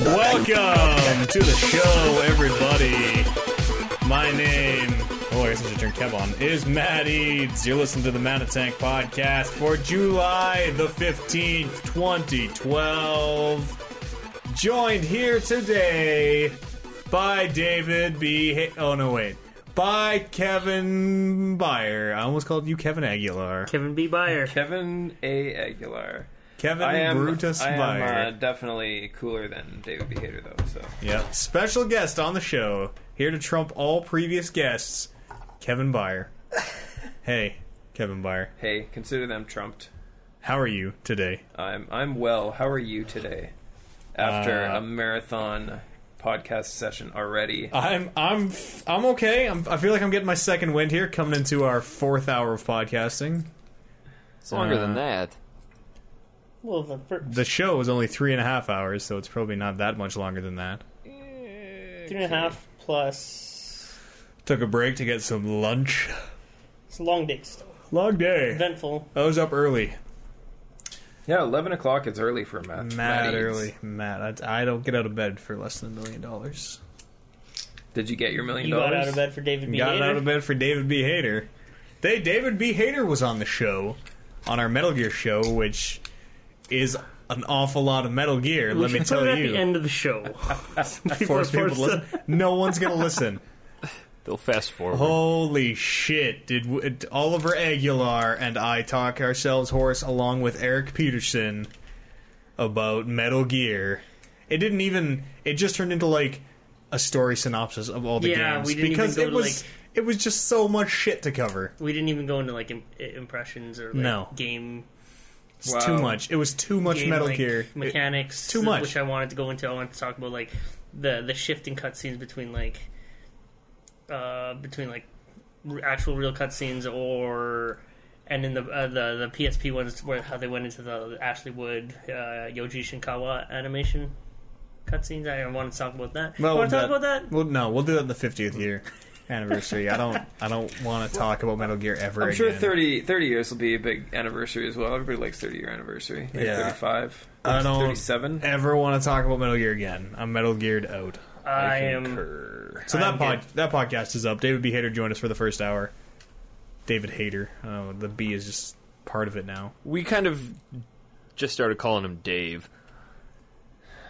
Welcome to the show, everybody. My name, oh, I guess I should turn Kev on, is Matt Eads. You're listening to the Matt and Tank podcast for July the 15th, 2012. Joined here today by David B. Ha- oh, no, wait. By Kevin Byer. I almost called you Kevin Aguilar. Kevin B. Byer. Kevin A. Aguilar. Kevin I am, Brutus I Byer. am uh, definitely cooler than David Behater, though. So Yep. Special guest on the show, here to trump all previous guests, Kevin Byer. hey, Kevin Byer. hey, consider them trumped. How are you today? I'm I'm well. How are you today? After Uh, a marathon podcast session already. Uh, I'm I'm I'm okay. I'm, I feel like I'm getting my second wind here coming into our fourth hour of podcasting. It's longer Uh, than that. Well, the first The show is only three and a half hours, so it's probably not that much longer than that. three and a half plus. Took a break to get some lunch. It's a long day still. Long day. Eventful. I was up early. yeah, eleven o'clock is early for math. Mad Eads. early. Mad. I, I don't get out of bed for less than a million dollars. Did you get your million You got out dollars? of bed for David B. got out Hayter. of bed for David B. Hayter. They David B. Hayter was on the show, on our Metal Gear show, which is an awful lot of Metal Gear. We let me should put tell it at you, the end of the show. People force are people to forced listen. No one's gonna listen. They'll fast forward. Oh, Holy shit! Did, w- it- Oliver Aguilar and I talk ourselves hoarse along with Eric Peterson about Metal Gear? It didn't even. It just turned into like a story synopsis of all the Yeah, games we didn't even because go it to, was like- it was just so much shit to cover. We didn't even go into like im- impressions or like No. game It's Wow. too much. It was too much game, Metal like, Gear. It- mechanics. too much. Which I wanted to go into. I wanted to talk about like the the shifting cutscenes between like uh between like r- actual real cutscenes or and in the uh, the the PSP ones where how they went into the Ashley Wood uh, Yoji Shinkawa animation cutscenes. I wanted to talk about that. Well, you want to talk that- about that? Well, no, we'll do that in the 50th year anniversary. I don't. I don't want to talk about Metal Gear ever. I'm sure again. 30, 30 years will be a big anniversary as well. Everybody likes 30 year anniversary. Maybe Yeah. 35. I don't- 37. ever want to talk about Metal Gear again. I'm Metal Geared out. I am. So that I'm pod, that podcast is up. David B. Hater joined us for the first hour. David Hater. Oh, the B is just part of it now. We kind of just started calling him Dave.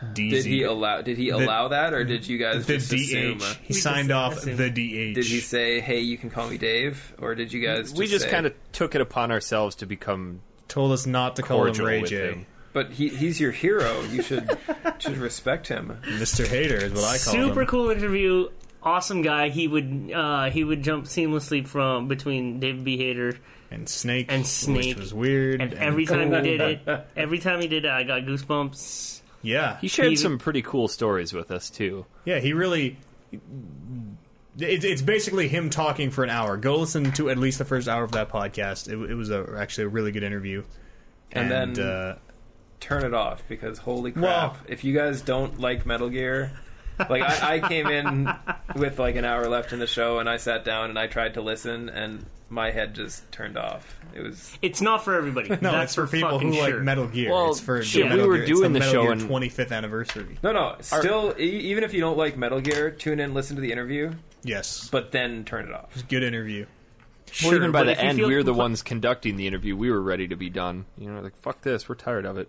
DZ. Did he allow? Did he allow that, or did you guys the just assume? uh, DH. He signed off assume. the DH. Did he say, "Hey, you can call me Dave," or did you guys? we just say- kind of took it upon ourselves to become. told us not to call him Cordial Ray with J. him. But he, he's your hero. You should should respect him. Mr. Hater is what I call him. Super cool interview. Awesome guy. He would uh, he would jump seamlessly from between David B. Hater and Snake And which Snake. was weird. And every time cool. he did it, every time he did it, I got goosebumps. yeah, He shared He- some pretty cool stories with us too. yeah, he really. It, it's basically him talking for an hour. Go listen to at least the first hour of that podcast. It, it was a, actually a really good interview. And then- uh, Turn it off because holy crap! Well- if you guys don't like Metal Gear, like I, I came in with like an hour left in the show, and I sat down and I tried to listen, and my head just turned off. It was It's not for everybody. no, That's it's for people fucking who like sure. Metal Gear. Well, it's for shit, the we Metal were Gear. doing the it's the, show Metal and- Gear 25th anniversary. no, no. Still, e even if you don't like Metal Gear, tune in, listen to the interview, Yes, but then turn it off. good interview. Sure, well, even by but the if you end, feel we were the compli- ones conducting the interview. We were ready to be done. You know, like fuck this, we're tired of it.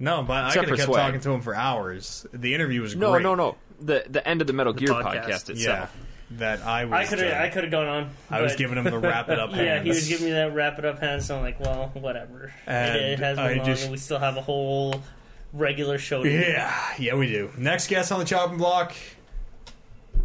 No, but I Except could have for kept Swag. talking to him for hours. The interview was No, great. no, uh, no. The the end of the Metal Gear podcast. podcast, Yeah, itself. that I was. I could have uh, I could have gone on. I was but- giving him the wrap it up. Yeah, he was hands. giving me that wrap it up hand, so I'm like, well, whatever. And it, it has been I long, just- and we still have a whole regular show. To do. Yeah, yeah, we do. Next guest on the chopping block.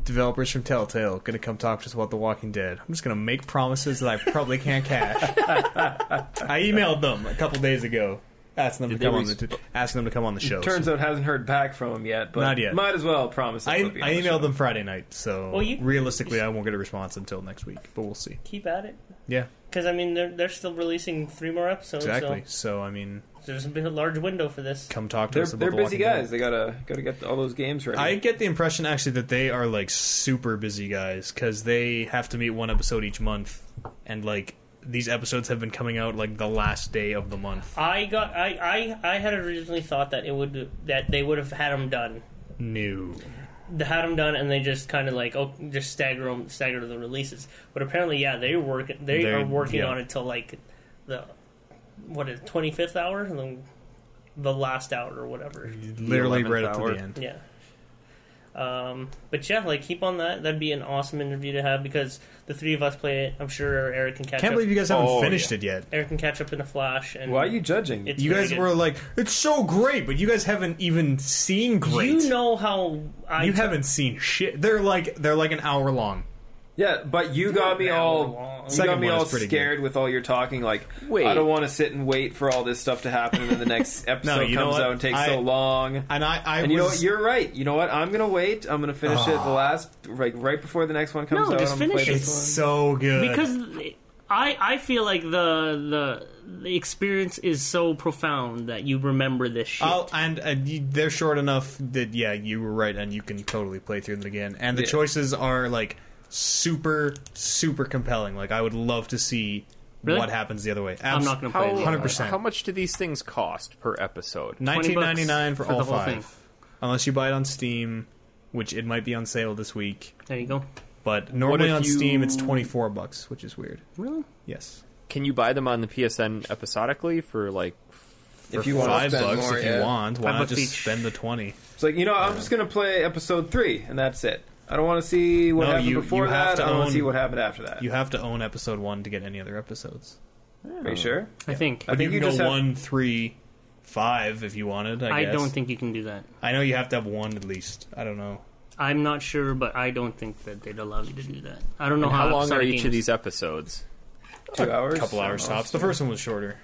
Developers from Telltale gonna come talk to us about The Walking Dead. I'm just gonna make promises that I probably can't cash. I emailed them a couple days ago. Ask them Did to they come on res- the ask them to come on the show. Turns out hasn't heard back from him yet, but Not yet. might as well promise. I, I emailed them Friday night, so Well, you- realistically, I won't get a response until next week. But we'll see. Keep at it. Yeah, Because, I mean, they're, they're still releasing three more episodes. exactly. So I mean, So there's been a large window for this. come talk to They're, us. About they're The busy Walking Dead. guys. They gotta gotta get all those games ready. I get the impression actually that they are like super busy guys because they have to meet one episode each month, and like these episodes have been coming out like the last day of the month. I got I, I I had originally thought that it would that they would have had them done, New. they had them done, and they just kind of like oh just stagger them stagger the releases. But apparently, yeah, they work they They're- are working yeah. on it till like the what is twenty fifth hour and then the last hour or whatever. Literally 11th right up hour. to the end. Yeah. Um, but yeah, like keep on that. That'd be an awesome interview to have because the three of us play it. I'm sure Eric can catch Can't up. believe you guys haven't Oh, finished yeah. it yet. Eric can catch up in a flash. And Why are you judging? It's You very guys good. were like, it's so great, but you guys haven't even seen great. You know how I You t- haven't seen shit. They're like they're like an hour long. yeah, but you got me an hour all long. you got Second me one all is pretty scared with all your talking. Like, Wait. I don't want to sit and wait for all this stuff to happen, and then the next episode you know comes what? out and takes I- so long. And I, I And was, you know what? You're right. You know what? I'm gonna wait. I'm gonna finish it the last like right before the next one comes No, out. just I'm gonna finish play it. it's this so good because I I feel like the the the experience is so profound that you remember this shit. Oh, and, and you, they're short enough that yeah, you were right, and you can totally play through them again. And the Yeah. choices are like super, super compelling. Like I would love to see Really? what happens the other way. I'm not gonna play it. How- 100%. How much do these things cost per episode? Nineteen ninety nine for, for all the whole five, thing. unless you buy it on Steam, which it might be on sale this week. There you go. But normally if on you- Steam it's twenty four bucks, which is weird. Really? Yes, Can you buy them on the PSN episodically for like? one. if For you want five to spend bucks more, if yeah. you want. Why Five not bucks just each. spend the twenty? It's like you know, I'm just gonna play episode three, and that's it. I don't want to see what No, happened you- before you have that. to I don't want own- to see what happened after that. You have to own episode one to get any other episodes. Are you sure? I think. I You think can you go just have. one, three, five if you wanted. I, I guess. don't think you can do that. I know you have to have one at least. I don't know. I'm not sure, but I don't think that they'd allow you to do that. I don't know How long are Episodic each of games- these episodes? two hours, A couple hours tops. The first one was shorter.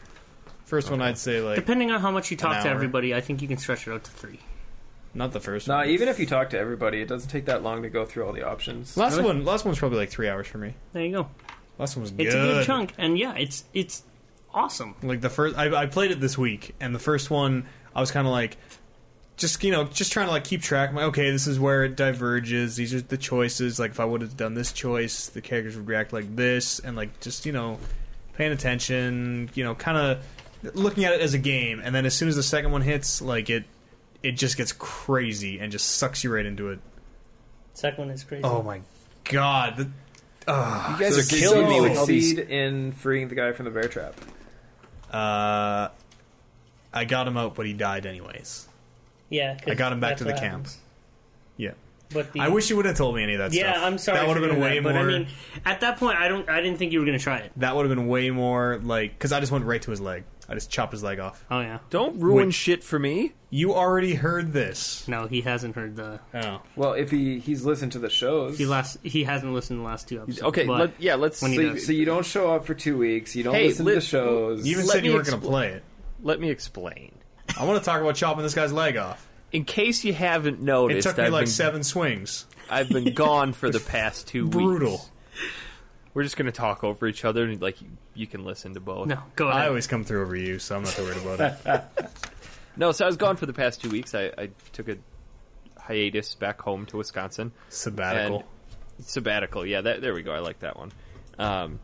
First one I'd say like Depending on how much you talk to hour. everybody, I think you can stretch it out to three. not the first. No, one. even if you talk to everybody, it doesn't take that long to go through all the options. last one. Last one's probably like three hours for me. There you go. Last one was good. It's a good chunk, and yeah, it's it's awesome. Like the first, I, I played it this week, and the first one I was kind of like. Just you know, just trying to like keep track. Like, okay, this is where it diverges. These are the choices. Like, if I would have done this choice, the characters would react like this, and like just you know, paying attention, you know, kind of looking at it as a game. And then as soon as the second one hits, like it, it just gets crazy and just sucks you right into it. Second one is crazy. Oh my god, the, You guys So are did killing you me with all these- succeed in freeing the guy from the bear trap. uh, I got him out, but he died anyways. Yeah, 'cause I got him back that's to the what camp. happens. Yeah. But the, I wish you would have told me any of that Yeah, stuff. I'm sorry. That would have for been doing way that, more. But I mean, at that point, I don't. I didn't think you were going to try it. that would have been way more like because I just went right to his leg. I just chopped his leg off. Oh yeah. Don't ruin Which- shit for me. You already heard this. No, he hasn't heard the. Oh, Well, if he he's listened to the shows, He last. He hasn't listened to the last two episodes. Okay, but let, yeah, let's when he so, you, does. so you don't show up for two weeks. You don't Hey, listen li- to the shows. you even Let said you me weren't going to expl- play it. let me explain. I want to talk about chopping this guy's leg off. In case you haven't It noticed, took me I've, like been, seven swings. I've been gone for the past two Brutal. weeks. We're just gonna talk over each other, and like you, you can listen to both. no, go ahead. I always come through over you, so I'm not too worried about it. No, so I was gone for the past two weeks. I, I took a hiatus back home to Wisconsin. Sabbatical. And sabbatical, yeah. That, there we go. I like that one. Um,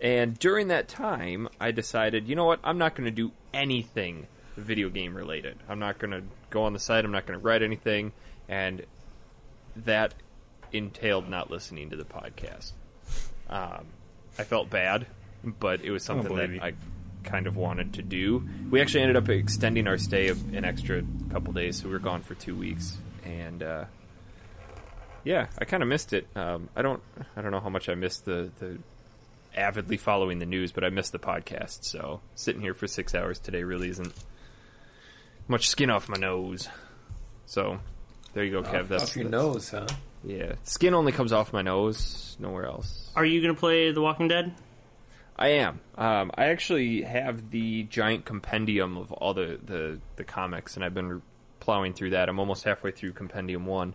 and during that time, I decided, you know what? I'm not going to do anything video game related. I'm not going to go on the site. I'm not going to write anything. And that entailed not listening to the podcast. Um, I felt bad, but it was something believe that you. I kind of wanted to do. We actually ended up extending our stay of an extra couple days, so we were gone for two weeks, and uh, yeah, I kind of missed it. Um, I don't, I don't know how much I missed the, the avidly following the news, but I missed the podcast. So sitting here for six hours today really isn't much skin off my nose. So there you go, Kev. that's Uh, off your that's- nose, huh? yeah, skin only comes off my nose, nowhere else. Are you going to play The Walking Dead? I am. Um, I actually have the giant compendium of all the, the, the comics, and I've been re- plowing through that. I'm almost halfway through Compendium 1,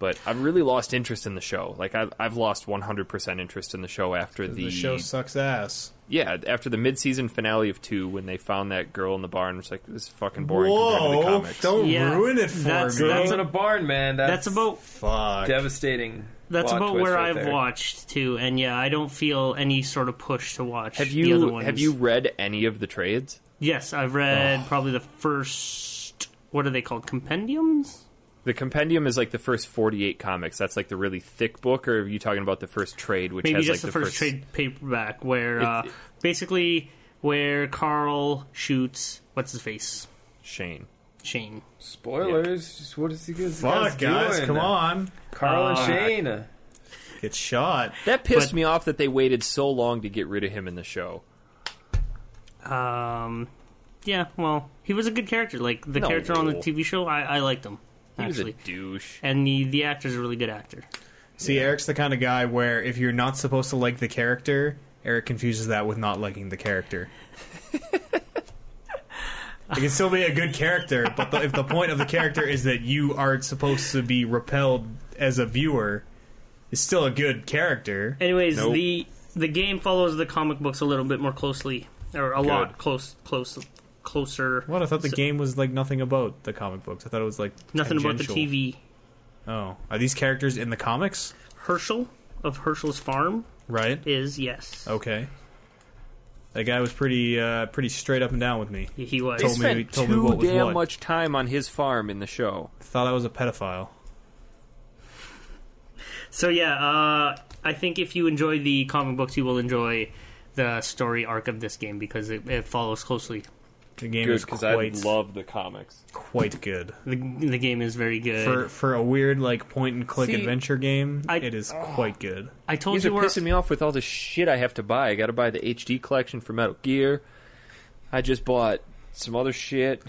but I've really lost interest in the show. Like, I've, I've lost 100% interest in the show after the, The show sucks ass. yeah, after the mid-season finale of 2, when they found that girl in the barn, it's like, this is fucking boring compared to the Whoa! comics. Don't Yeah, ruin it for that's- me. Girls in a barn, man. That's That's, about Fuck. devastating. that's plot about twist where right I've there. watched too, and yeah, I don't feel any sort of push to watch. Have the other you ones. have you read any of the trades? Yes, I've read probably the first. What are they called? Compendiums? The compendium is like the first 48 comics. That's like the really thick book, or are you talking about the first trade, which Maybe has just like the, first, trade paperback, where uh, it- basically where Carl shoots what's his face Shane? Shane. Spoilers. Just what is he guys Fuck, guys, doing? come on. Carl and Uh, Shane. Get shot. That pissed But- me off that they waited so long to get rid of him in the show. Um, yeah, well, he was a good character. Like the No. character on the TV show, I, I liked him He was actually, a douche. and the the actor's a really good actor. See, Eric's the kind of guy where if you're not supposed to like the character, Eric confuses that with not liking the character. it can still be a good character, but the, if the point of the character is that you are supposed to be repelled as a viewer, it's still a good character. Anyways, Nope. the the game follows the comic books a little bit more closely, or a lot close, close, closer. What I thought the game was like nothing about the comic books. I thought it was like Nothing tangential. about the TV. Oh, are these characters in the comics? Herschel of Herschel's Farm Right. is yes. Oh. Okay. That guy was pretty uh, pretty straight up and down with me. He was. Told me- Spent told me too what was damn what. much time on his farm in the show. Thought I was a pedophile. So yeah, uh, I think if you enjoy the comic books, you will enjoy the story arc of this game because it, it follows closely. The game Good is because I quite love the comics. quite good. The, the game is very good. for for a weird like point and click See, adventure game, I- Ah. it is quite good. I told These are you where pissing me off with all the shit I have to buy. I got to buy the HD collection for Metal Gear. I just bought some other shit.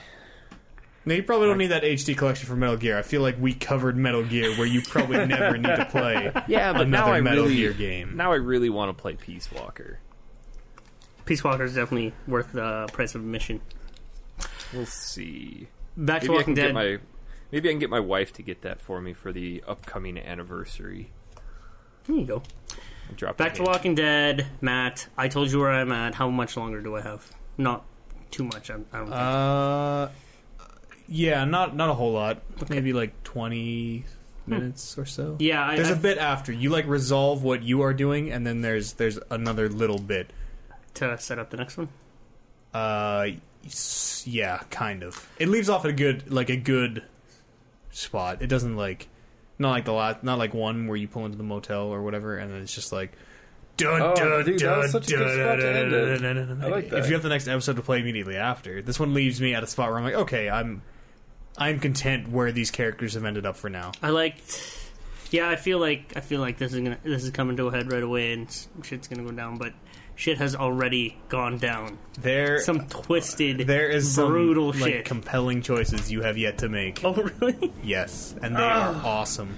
No, you probably don't need that HD collection for Metal Gear. I feel like we covered Metal Gear, where you probably never need to play. Yeah, but now Another I Metal really Gear game. now I really want to play Peace Walker. Peace Walker is definitely worth the price of admission. We'll see. Back to Maybe I can Walking Dead. get my maybe I can get my wife to get that for me for the upcoming anniversary. There you go. Drop Back to the- Walking Dead, Matt. I told you where I'm at. How much longer do I have? Not too much. I, I don't. Think. Uh, yeah, not not a whole lot. Maybe like twenty minutes or so. Hmm. yeah, I, There's I a bit after you like resolve what you are doing, and then there's there's another little bit. to set up the next one. Uh, s- yeah, kind of. It leaves off at a good like a good spot. It doesn't like not like the last not like one where you pull into the motel or whatever, and then it's just like. Dun, Oh, dun, dude, that was dun, such a good dun, spot to dun, end dun, it. dun, dun, dun, I like If that. you have the next episode to play immediately after, this one leaves me at a spot where I'm like, okay, I'm, I'm content where these characters have ended up for now. I liked. Yeah, I feel like I feel like this is gonna this is coming to a head right away, and s- shit's gonna go down. But shit has already gone down. There, Some twisted, there is some brutal like shit. compelling choices you have yet to make. oh Ah. really? Yes, and they are awesome.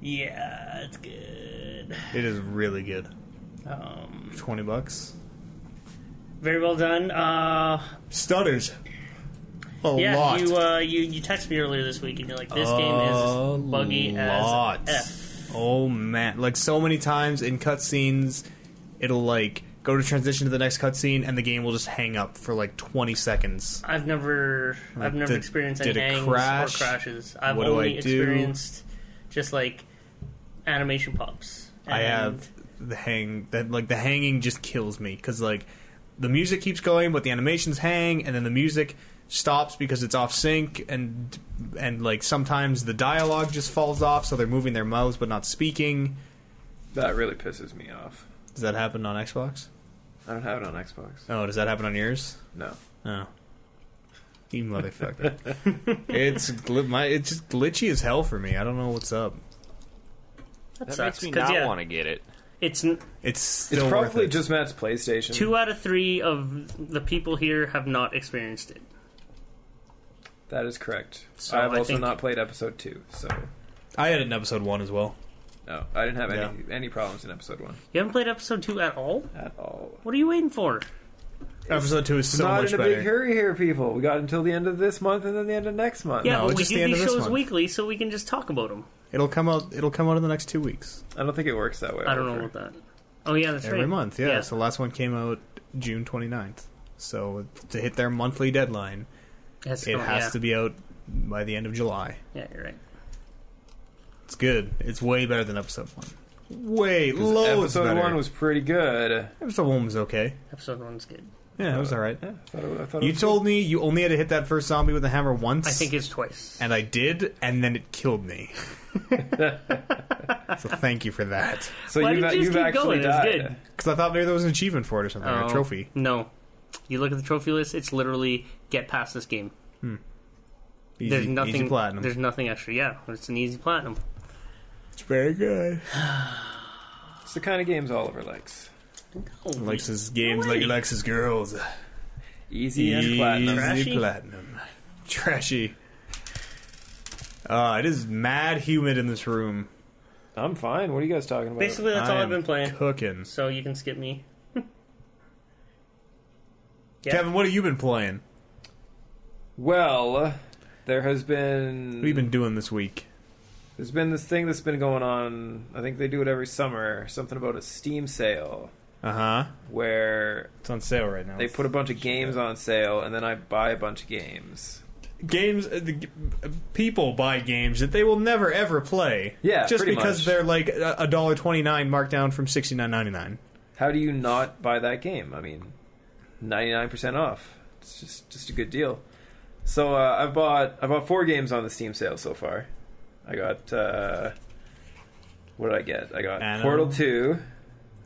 Yeah, it's good. It is really good. Um, Twenty bucks. very well done. Uh, stutters a yeah, lot. you uh, you you texted me earlier this week, and you're like, this game is buggy lot. as f. oh man, like so many times in cutscenes, it'll like go to transition to the next cutscene, and the game will just hang up for like twenty seconds. I've never I've never did- experienced any did it hangs crash? or crashes. I've What do I only do? experienced just like animation pops. I And- have the hang that like the hanging just kills me because like the music keeps going, but the animations hang, and then the music stops because it's off sync, and and like sometimes the dialogue just falls off, so they're moving their mouths but not speaking. That really pisses me off. Does that happen on Xbox? I don't have it on Xbox. Oh, does that happen on yours? No. Oh. You motherfucker. it's gl- my it's just glitchy as hell for me. I don't know what's up. That That sucks, makes me 'cause, not yeah, want to get it. It's n- It's It's still probably worth it. just Matt's PlayStation. two out of three of the people here have not experienced it. That is correct. So I've I also think- not played episode two, so I had it in episode one as well. No, I didn't have any any problems in episode one You haven't played episode two at all? at all. What are you waiting for? Episode two is so Not much in a better. big hurry here, people. We got until the end of this month and then the end of next month. Yeah, No, but we just do the end these of this shows one. weekly, so we can just talk about them. It'll come out. It'll come out in the next two weeks. I don't think it works that way. I don't know Arthur. about that. Oh yeah, that's Every right. month, yeah. Yeah. So the last one came out June 29th. So to hit their monthly deadline, It has to, it Oh, come- has yeah. to be out by the end of July. Yeah, you're right. It's good. It's way better than episode one. Way 'Cause loads episode better. one was pretty good. episode one was okay. Episode one's good. Yeah, Uh, it was all right. Yeah, I thought it, I thought it You was told me you only had to hit that first zombie with a hammer once. I think it's twice. and I did, and then it killed me. so thank you for that. good. so Why you've, did you just you've keep actually going? It was died. good. Because I thought maybe there was an achievement for it or something, or a Oh, trophy. No, you look at the trophy list. It's literally get past this game. Easy, There's nothing. easy platinum. There's nothing extra. Yeah, it's an easy platinum. It's very good. It's the kind of games Oliver likes. Oh, Likes his games No like way. he likes his girls. Easy and platinum. Trashy? platinum. Trashy. Uh, it is mad humid in this room. I'm fine. What are you guys talking about? Basically, that's I all I've am been playing. Cooking. So you can skip me. Yeah. Kevin, what have you been playing? well, there has What have you been been doing this week? there's been this thing that's been going on. I think they do it every summer. Something about a Steam sale Uh huh. where It's on sale right now. they put a bunch of games on sale, and then I buy a bunch of games. games uh, the, g- uh, people buy games that they will never ever play Yeah, just pretty because much. they're like a a dollar 29 marked down from 69.99 How do you not buy that game? I mean, 99% off. It's just just a good deal. So uh, I bought I bought four games on the Steam sale so far. I got uh, what did I get? I got Anno. Portal 2.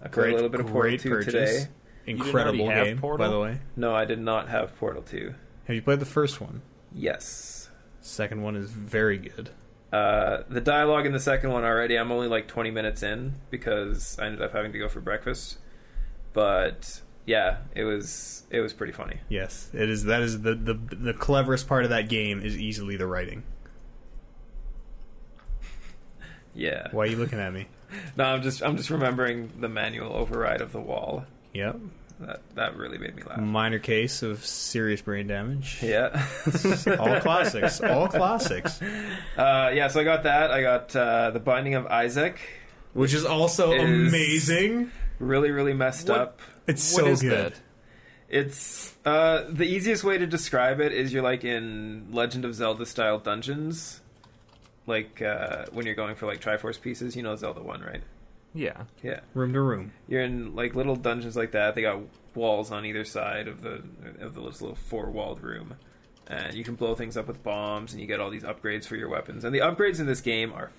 I played a little bit of Portal great 2 purchase today. didn't incredible already have game Portal? by the way No, I did not have Portal 2. have you played the first one Yes. second one is very good Uh, the dialogue in the second one already, I'm only like 20 minutes in because I ended up having to go for breakfast. But yeah, it was it was pretty funny. yes it is that is the the, the cleverest part of that game is easily the writing Yeah. why are you looking at me No, I'm just I'm just remembering the manual override of the wall. yep That that really made me laugh. minor case of serious brain damage Yeah, all classics all classics uh, yeah. So I got that. I got uh, the Binding of Isaac. which is also Is- amazing Really, really messed What? up. it's What so is good that? It's uh, the easiest way to describe it is you're like in Legend of Zelda style dungeons, like uh, when you're going for like Triforce pieces. You know Zelda one, right? Yeah. Yeah. room to room you're in like little dungeons like that. They got walls on either side of the of the this little four walled room, and you can blow things up with bombs, and you get all these upgrades for your weapons. And the upgrades in this game are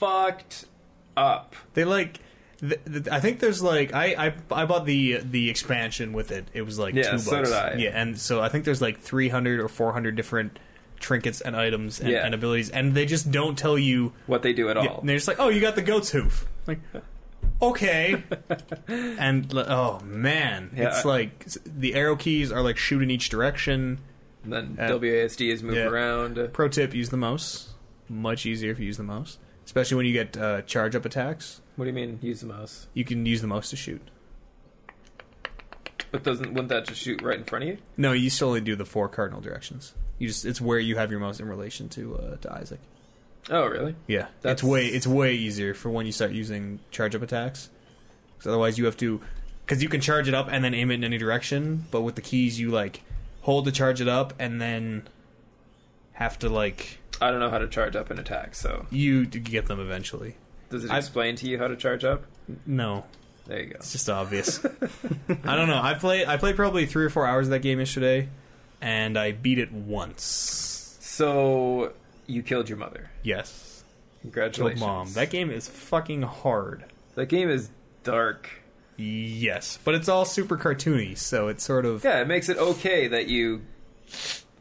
fucked up. They like. Th- th- I think there's like I, I I bought the the expansion with it. It was like Yeah, two bucks. so did I. Yeah, and so I think there's like 300 or 400 different trinkets and items and, Yeah. and abilities, and they just don't tell you. What they do at all. And they're just like, oh, you got the goat's hoof. Like, okay. and li- oh man, Yeah, it's I- like s- the arrow keys are like shoot in each direction. And then Uh, WASD is move yeah. around. Pro tip: use the mouse. Much easier if you use the mouse, especially when you get uh, charge up attacks. What do you mean use the mouse? You can use the mouse to shoot. But doesn't wouldn't that just shoot right in front of you? No, you still only do the four cardinal directions. You just it's where you have your mouse in relation to uh, to Isaac. Oh really? Yeah, That's- it's way it's way easier for when you start using charge up attacks. 'Cause otherwise, you have to because you can charge it up and then aim it in any direction. But with the keys, you like hold to charge it up and then have to like I don't know how to charge up an attack. So you to get them eventually. does it I- explain to you how to charge up? No, There you go. It's just obvious. I don't know. I played I played probably three or four hours of that game yesterday, and I beat it once. So you killed your mother. Yes. Killed Congratulations, Mom. That game is fucking hard. That game is dark. Yes, but it's all super cartoony, so it's sort of Yeah, it makes it okay that you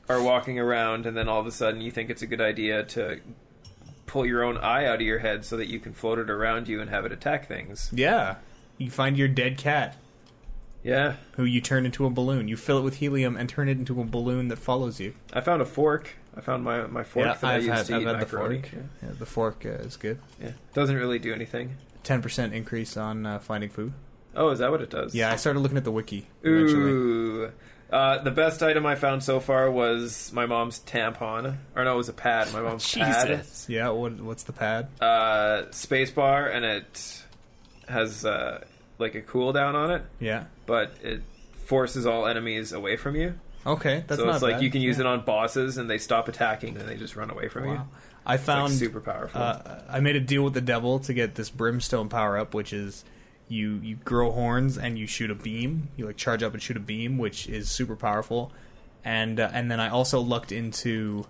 are walking around and then all of a sudden you think it's a good idea to pull your own eye out of your head so that you can float it around you and have it attack things. yeah. You find your dead cat, Yeah. who you turn into a balloon. You fill it with helium and turn it into a balloon that follows you. I found a fork. I found my my fork that I I've used had, to I've eat had the macaroni. fork. Yeah, the fork uh, is good. Yeah. yeah, doesn't really do anything. Ten percent increase on uh, finding food. Oh, is that what it does? Yeah, I started looking at the wiki. Eventually. Ooh. Uh, the best item I found so far was my mom's tampon, or no, it was a pad. My mom's pad, Jesus. Yeah, what, what's the pad? uh, space bar, and it has uh, like a cooldown on it, Yeah. but it forces all enemies away from you. Okay, that's so not it's like bad. you can use it on bosses, and they stop attacking, and they just run away from you. Wow. I It's like found super powerful. uh, I made a deal with the devil to get this brimstone power up, which is you you grow horns and you shoot a beam. You like charge up and shoot a beam, which is super powerful. And uh, and then I also lucked into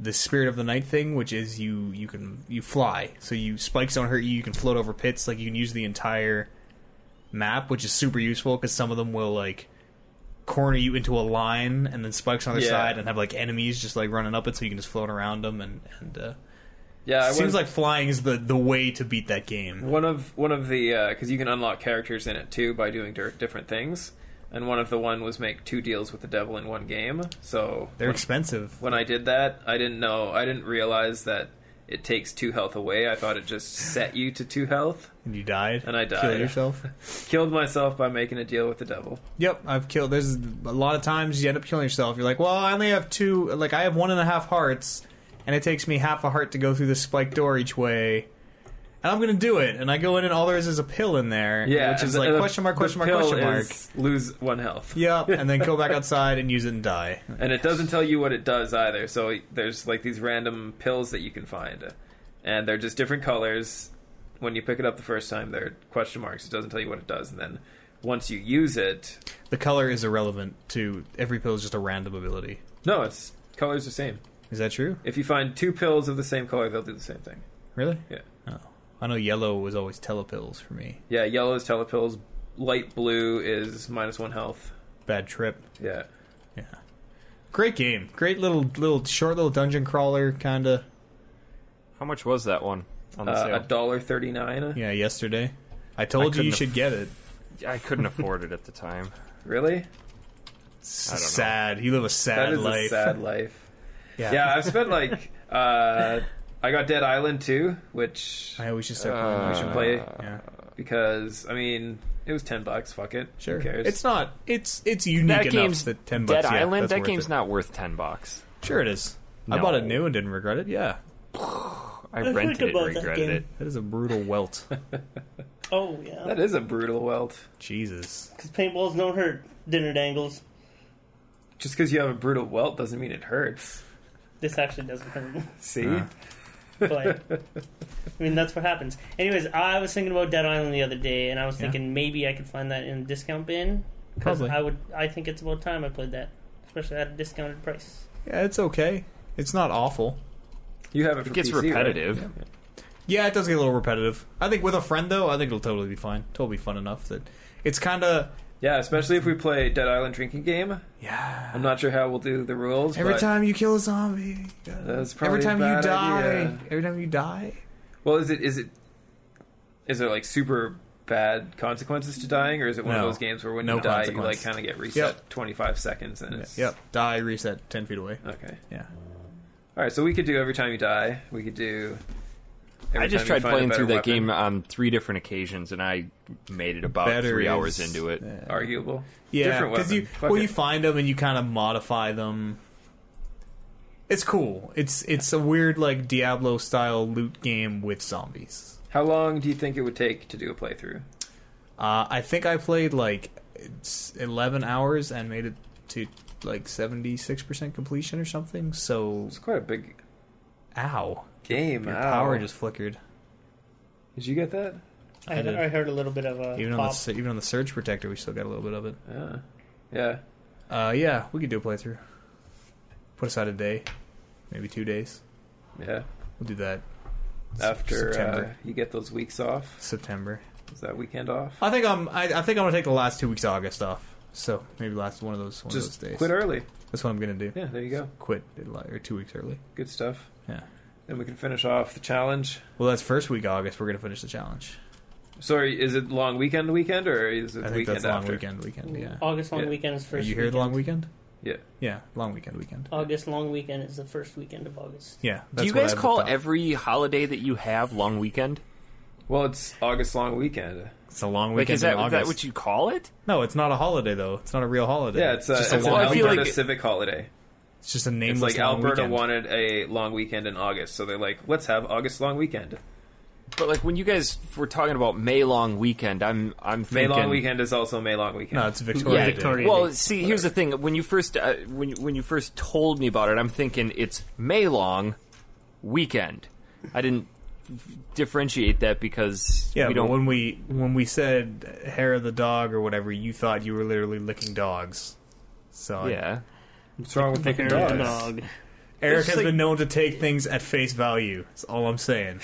the spirit of the night thing, which is you you can you fly, so you spikes don't hurt you. You can float over pits, like you can use the entire map, which is super useful because some of them will like corner you into a line and then spikes on their Yeah. side and have like enemies just like running up it, so you can just float around them and and. Uh, yeah, I Seems was- like flying is the, the way to beat that game. One of one of the because you can unlock characters in it too by doing dir- different things, and one of the one was make two deals with the devil in one game. So They're when, expensive. when I did that, I didn't know, I didn't realize that it takes two health away. I thought it just set you to two health. And you died. And I Killed died. yourself. Killed myself by making a deal with the devil. yep, I've killed. There's a lot of times you end up killing yourself. You're like, well, I only have two. Like, I have one and a half hearts, and it takes me half a heart to go through this spiked door each way. And I'm gonna do it. And I go in, and all there is is a pill in there. Yeah, which is and the- like and the- question mark the question mark pill question mark. is lose one health. Yep, and then go back outside and use it and die. and it doesn't tell you what it does either. So there's like these random pills that you can find, and they're just different colors. When you pick it up the first time, they're question marks. It doesn't tell you what it does, and then once you use it, The color is irrelevant to every pill is just a random ability. no, it's colors the same. Is that true? If you find two pills of the same color, they'll do the same thing. Really? Yeah. Oh, I know yellow was always telepills for me. Yeah, yellow is telepills. Light blue is minus one health. Bad trip. Yeah, Yeah. Great game. Great little little short little dungeon crawler kind of. How much was that one on the Uh, Uh, a sale? dollar thirty nine. Yeah, yesterday. I told you couldn't you aff- should get it. I couldn't afford it at the time. Really? It's I don't know. sad. You live a sad that is life. a sad life. Yeah. Yeah, I've spent like uh, I got Dead Island too, which I, we should start playing. Uh, that. we should play it. Yeah. because I mean it was ten bucks. Fuck it. Sure. Who cares? It's not. It's it's unique that enough game's that ten Dead bucks. yeah, Island. that's that worth game's it. not worth ten bucks. Sure, it is. I No. bought it new and didn't regret it. Yeah, I think rented it, about and that regretted game. it. that is a brutal welt. Oh yeah, that is a brutal welt. Jesus. because paintballs don't hurt dinner dangles. Just because you have a brutal welt doesn't mean it hurts. This actually doesn't hurt. See, Uh. but I mean that's what happens. Anyways, I was thinking about Dead Island the other day, and I was thinking maybe I could find that in a discount bin because Probably. I would. I think it's about time I played that, especially at a discounted price. Yeah, it's okay. It's not awful. you have it. For It gets PC, right? repetitive. Yeah, it does get a little repetitive. I think with a friend though, I think it'll totally be fine. Totally fun enough that it's kind of Yeah, especially if we play Dead Island drinking game. yeah. I'm not sure how we'll do the rules. Every but- time you kill a zombie, That's every probably time a you bad die, idea. every time you die, Well, is it is it is there like super bad consequences to dying, or is it one No. of those games where when No you die, you consequence. like kind of get reset Yep. 25 seconds and it's yep, die, reset, ten feet Uh, away. Okay. Yeah, All right, so we could do every time you die. We could do. every I just time you tried find a playing better through that weapon. game on three different occasions, and I made it about Better three is- hours into it. Arguable. yeah, Different because weapon. you Fuck well it. you find them and you kind of modify them. It's cool. It's it's a weird like Diablo style loot game with zombies. How long do you think it would take to do a playthrough? Uh, I think I played like it's eleven hours and made it to like seventy six percent completion or something. So It's quite a big ow, game. your Ow. power just flickered. Did you get that? I, I did. I heard a little bit of a Even on the pop. se- even on the surge protector, we still got a little bit of it. Yeah. Yeah. Uh, yeah, we could do a playthrough. Put aside a day, maybe two days. Yeah. We'll do that After uh, September. you get those weeks off, September. is that weekend off? I think I'm. I, I think I'm gonna take the last two weeks of August off. So maybe last one of those one of Just those days. quit early. That's what I'm gonna do. Yeah, there you go. Quit it li- or two weeks early. Good stuff. Yeah. Then we can finish off the challenge. Well, that's first week of August. We're gonna finish the challenge. Sorry, is it long weekend weekend or is it I think weekend that's long after? weekend. Weekend. Yeah. August long Yeah. weekends Are first. you here the weekend. long weekend? Yeah. Yeah, long weekend weekend. August long weekend is the first weekend of August. Yeah. Do that's you what guys I call looked up. every holiday that you have long weekend? Well, it's August long weekend. It's a long Like, weekend is that, in is August. that what you call it? No, it's not a holiday though. It's not a real holiday. Yeah, it's, uh, just a it's long an I feel Alberta like- civic holiday. It's just a It's nameless like long Alberta weekend. wanted a long weekend in August, so they're like, let's have August long weekend. But like when you guys were talking about May long weekend, I'm I'm May thinking long weekend is also May long weekend. No, it's Victoria. Day. Victoria. Well, see, here's the thing. When you first uh, when you, when you first told me about it, I'm thinking it's May long weekend. I didn't differentiate that because Yeah, we but don't. when we when we said hair of the dog or whatever, you thought you were literally licking dogs. So I- yeah, What's wrong with Hair licking of the dogs? dog. Eric It's has like- been known to take things at face value. That's all I'm saying.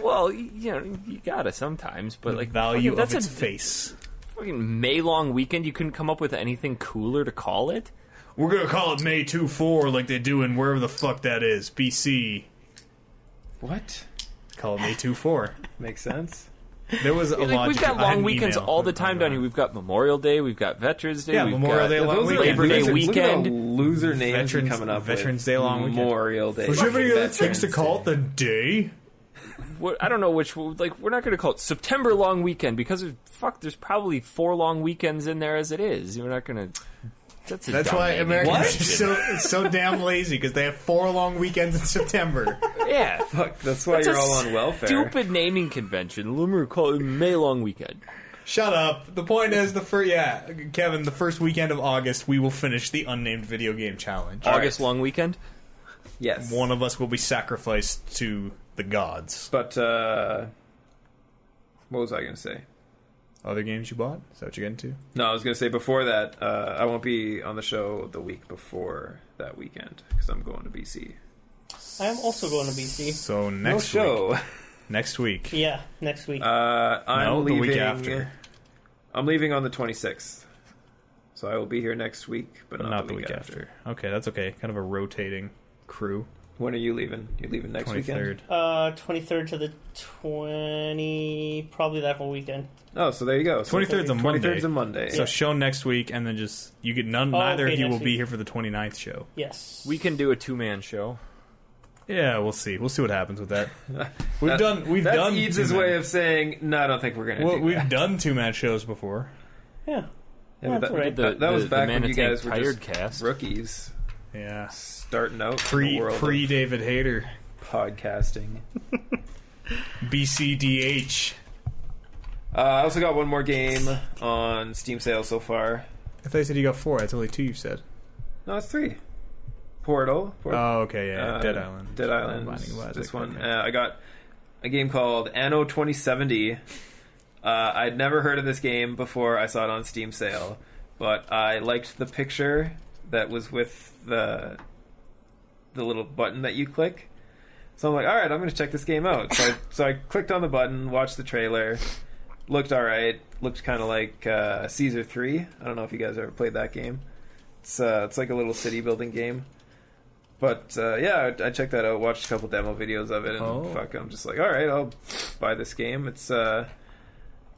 well, y- you know, you gotta sometimes, but like value fucking- that's of its a face. fucking May long weekend. You couldn't come up with anything cooler to call it. We're gonna call it May 2-4 like they do in wherever the fuck that is, BC. What? Call it May 2-4. Makes sense. There was a Like, lot. we've got long weekends all the time down here. We've got Memorial Day, we've got Veterans Day, Yeah, we've Memorial got- Day, long Those are weekend. Labor Day losers. Look at weekend. the loser names Veterans- coming up Veterans with. Day long weekend. Memorial Day. Would you have any other Veterans things to call it Day. the day? What, I don't know which. Like, we're not going to call it September long weekend because of, fuck. There's probably four long weekends in there as it is. We're not going to. That's, a That's dumb why name. Americans What? are so so damn lazy because they have four long weekends in September. Yeah, Fuck, that's why That's you're a all on welfare. Stupid naming convention. Lumer call it May long weekend. Shut up. The point is the first yeah, Kevin. The first weekend of August, we will finish the unnamed video game challenge. August long weekend. Yes. One of us will be sacrificed to the gods. But, uh. What was I going to say? Other games you bought? Is that what you're getting to? No, I was going to say before that, uh, I won't be on the show the week before that weekend because I'm going to BC. I am also going to BC. So No next week. show. Next week. Yeah, next week. Uh, I'm No, the leaving, week after. I'm leaving on the 26th. So I will be here next week, but, not, the week, after. Okay, that's okay. Kind of a rotating crew. When are you leaving? You're leaving next Twenty weekend? third. Uh, 23rd to the 20, probably that whole weekend. Oh, so there you go. So 23rd's a Monday. 23rd's a Monday. So show next week, and then just you get none. Oh, neither okay, of you will next be week. here for the 29th show. Yes. We can do a two man show. Yeah, we'll see. We'll see what happens with that. We've That- done. We've That's done. Eads' two-man- way of saying, no, I don't think we're going to Well, do we've that. done two man shows before. yeah. Yeah, but that's all right. The- that, that was the- the back Man when you in Tank guys were just tired cast. rookies Yeah. starting out in the Pre world pre of David Hayter, podcasting. BCDH. Uh, I also got one more game on Steam sale so far. I thought you said you got four. That's only two you said. No, it's three. Portal. Portal. Oh, okay, yeah. Uh, Dead Island. Dead Island. Binding of This Isaac, one. okay. Uh, I got a game called Anno 2070. Uh, I'd never heard of this game before I saw it on Steam sale, but I liked the picture that was with the the little button that you click. So I'm like, all right, I'm going to check this game out. So I, so I clicked on the button, watched the trailer, looked all right, looked kind of like uh, Caesar Three. I don't know if you guys ever played that game. It's uh, it's like a little city building game. But uh, yeah, I, I checked that out. Watched a couple demo videos of it, and Oh. fuck, I'm just like, all right, I'll buy this game. It's uh,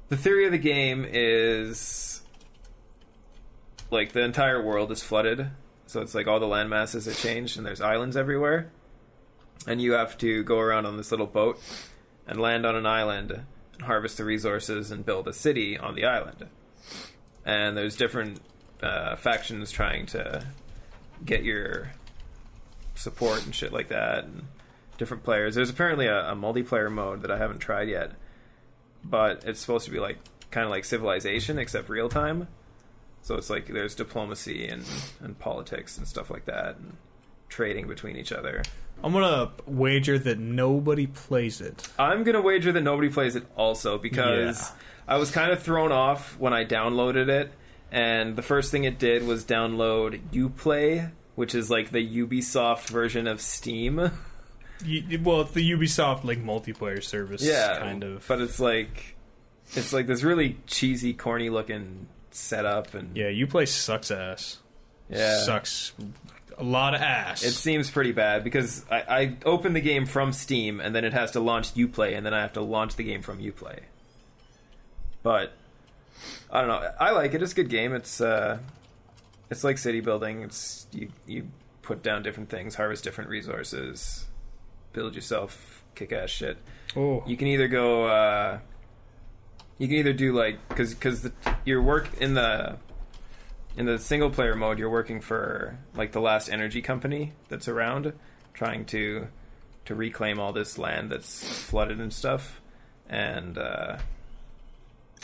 the theory of the game is like the entire world is flooded, so it's like all the land masses are changed, and there's islands everywhere, and you have to go around on this little boat and land on an island, harvest the resources, and build a city on the island. And there's different uh, factions trying to get your support and shit like that, and different players. There's apparently a, a multiplayer mode that I haven't tried yet, but it's supposed to be like kind of like Civilization except real time. So it's like there's diplomacy and, and politics and stuff like that, and trading between each other. I'm gonna wager that nobody plays it. I'm gonna wager that nobody plays it also because I was kind of thrown off when I downloaded it, and the first thing it did was download UPlay, which is like the Ubisoft version of Steam. You, you- well, it's the Ubisoft like multiplayer service. Yeah, kind of. But it's like it's like this really cheesy, corny looking setup, and yeah, Uplay sucks ass. yeah. Sucks a lot of ass. It seems pretty bad because I, I open the game from Steam and then it has to launch UPlay and then I have to launch the game from UPlay. But I don't know. I like it. It's a good game. It's uh, It's like city building. It's you you put down different things, harvest different resources, build yourself kick ass shit. Oh, You can either go. Uh, you can either do like because because your work in the in the single player mode, you're working for like the last energy company that's around, trying to to reclaim all this land that's flooded and stuff. And uh,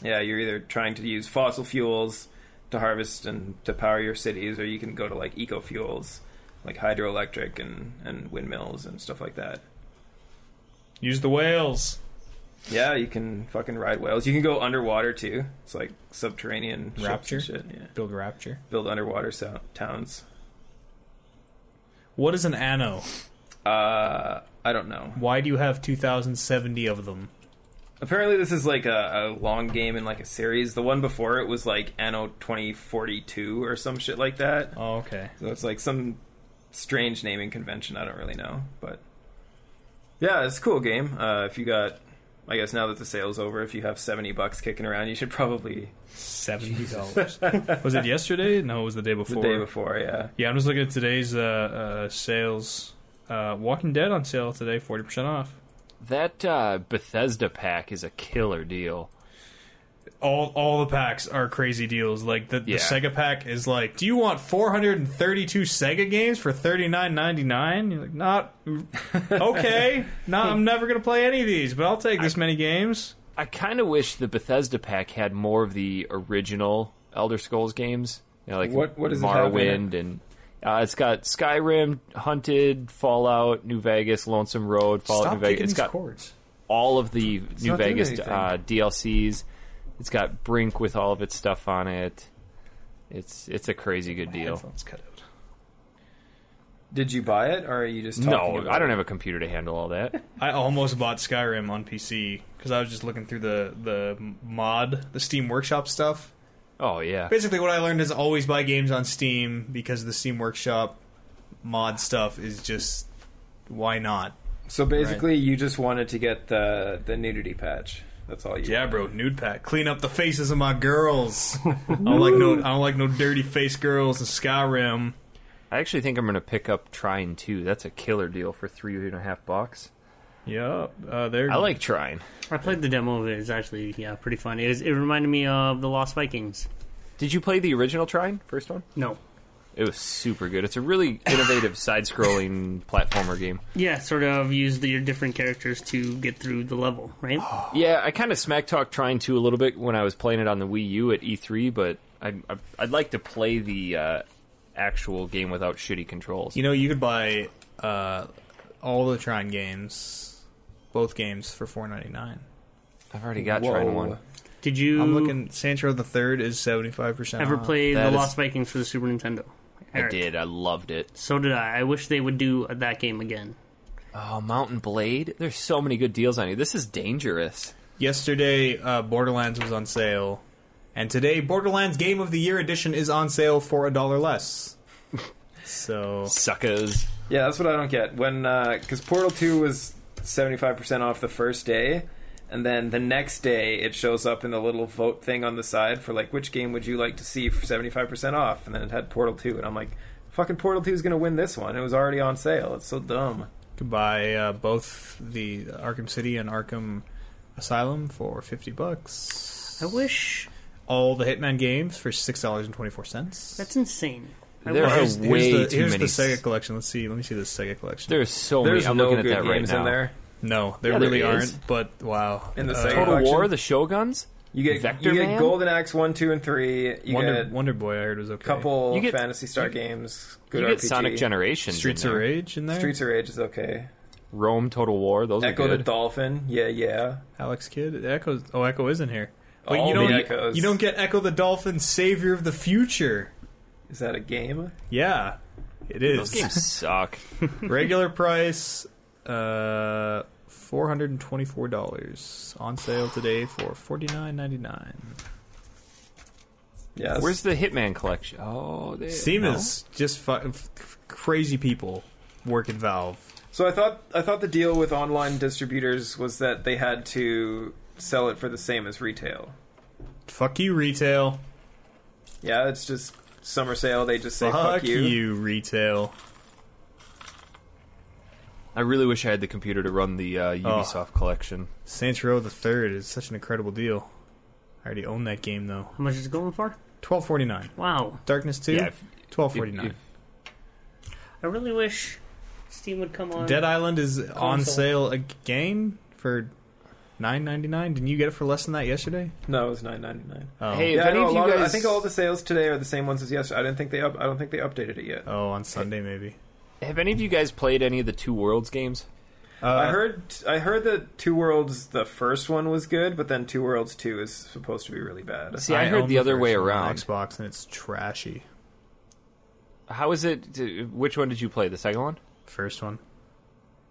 yeah, you're either trying to use fossil fuels to harvest and to power your cities, or you can go to like eco fuels, like hydroelectric and and windmills and stuff like that. Use the whales. Yeah, you can fucking ride whales. You can go underwater too. It's like subterranean ships and Rapture? shit. Yeah, Build Rapture. build underwater so- towns. What is an anno? Uh, I don't know. Why do you have 2,070 of them? Apparently, this is like a, a long game in like a series. The one before it was like Anno twenty forty two or some shit like that. Oh, okay. So it's like some strange naming convention. I don't really know, but yeah, it's a cool game. Uh, if you got, I guess now that the sale's over, if you have seventy bucks kicking around, you should probably $70. was it yesterday? No, it was the day the before. day before. Yeah, Yeah, I'm just looking at today's uh, uh, sales. Uh, Walking Dead on sale today, 40% off. That uh, Bethesda pack is a killer deal. all all the packs are crazy deals. Like the, Yeah. the Sega pack is like, do you want 432 Sega games for 39.99? You're like, not okay. no, I'm never gonna play any of these, but I'll take this many games. I kind of wish the Bethesda pack had more of the original Elder Scrolls games. You know, like What- what does it have in Morrowind and uh, it's got Skyrim, Hunted, Fallout, New Vegas, Lonesome Road, Fallout New Vegas. It's got chords. all of the New not doing Vegas anything. uh, DLCs. It's got Brink with all of its stuff on it. It's it's a crazy good deal. Headphones cut out. did you buy it or are you just talking No, about I don't it? have a computer to handle all that. I almost bought Skyrim on PC because I was just looking through the the mod, the Steam Workshop stuff. Oh yeah, Basically, what I learned is always buy games on Steam because the Steam Workshop mod stuff is just why not. So basically, you just wanted to get the the nudity patch. That's all you. Yeah, bro, nude pack. Clean up the faces of my girls. I don't like no, I don't like no dirty face girls in Skyrim. I actually think I'm gonna pick up Trine too. That's a killer deal for three and a half bucks. Yep, uh, they're I like Trine. I played the demo of it. It's actually yeah, pretty fun. It was, it reminded me of the Lost Vikings. Did you play the original Trine, first one? No, It was super good. It's a really innovative side-scrolling platformer game. yeah, sort of used your different characters to get through the level, right? Yeah, I kind of smack talked Trine 2 a little bit when I was playing it on the Wii U at E3, but I'd, I'd- I'd like to play the uh, actual game without shitty controls. You know, you could buy uh, all the Tron games, both games for four ninety nine. I've already got Whoa. Trine 1. Did you I'm looking. Sancho the Third is seventy five percent. ever play the that is- Lost Vikings for the Super Nintendo? I Eric. did. I loved it. So did I. I wish they would do that game again. Oh, Mountain Blade. There's so many good deals on it. This is dangerous. Yesterday, uh, Borderlands was on sale, and today, Borderlands Game of the Year edition is on sale for a dollar less. so Suckers. Yeah, that's what I don't get. When because Portal Two was seventy five percent off the first day, and then the next day it shows up in the little vote thing on the side for like which game would you like to see for seventy five percent off, and then it had Portal Two, and I'm like, fucking Portal Two is gonna win this one. It was already on sale. It's so dumb. could buy uh, both the Arkham City and Arkham Asylum for fifty bucks. I wish All the Hitman games for six dollars and twenty four cents. that's insane. I There wish. are way here's the, too here's many the Sega collection. Let's see. Let me see the Sega collection. There's so There's many. I'm no looking good at that right games now. in there. no, there Yeah, there really is. aren't. But wow, In the Uh, Sega Total Collection. War, the Shoguns. You get Vector you get Man? Golden Axe one, two, and three. You Wonder, get Wonder Boy, I heard was okay. a couple You get- Fantasy Star games. Good you get RPG. Sonic Generations. in Streets of there. Rage in there. Streets of Rage is okay. Rome, Total War. Those Echo are the good. Dolphin. Yeah, yeah. Alex Kidd. Echo's. Oh, Echo is in here. Wait, All you don't the Echoes. you don't get Echo the Dolphin, Savior of the Future. Is that a game? Yeah, it Those is. games suck. Regular price, uh, four hundred and twenty-four dollars on sale today for forty-nine ninety-nine. Yes. Where's the Hitman collection? Oh, they, Seamus, just fu- f- f- crazy people work at Valve. so I thought I thought the deal with online distributors was that they had to sell it for the same as retail. Fuck you, retail. Yeah, it's just summer sale, they just say Fuck, "fuck you." you, retail. I really wish I had the computer to run the Oh. uh, Ubisoft collection. Saints Row the Third is such an incredible deal. I already own that game though. How much is it going for? Twelve forty nine. Wow. Darkness Two. Yeah, if- Twelve forty nine. if- I really wish Steam would come on. Dead Island is on Console. sale again for nine ninety nine. Didn't you get it for less than that yesterday? No, it was nine ninety nine. Oh. Hey, if Yeah, I, any know, of a you lot of- guys, I think all the sales today are the same ones as yesterday. I didn't think they up. I don't think they updated it yet. Oh, on Sunday maybe. have any of you guys played any of the Two Worlds games? Uh, I heard. I heard that Two Worlds, the first one was good, but then Two Worlds Two is supposed to be really bad. See, I, heard own the other first way one on around. Xbox, and it's trashy. How is it? d- Which one did you play? The second one? First one.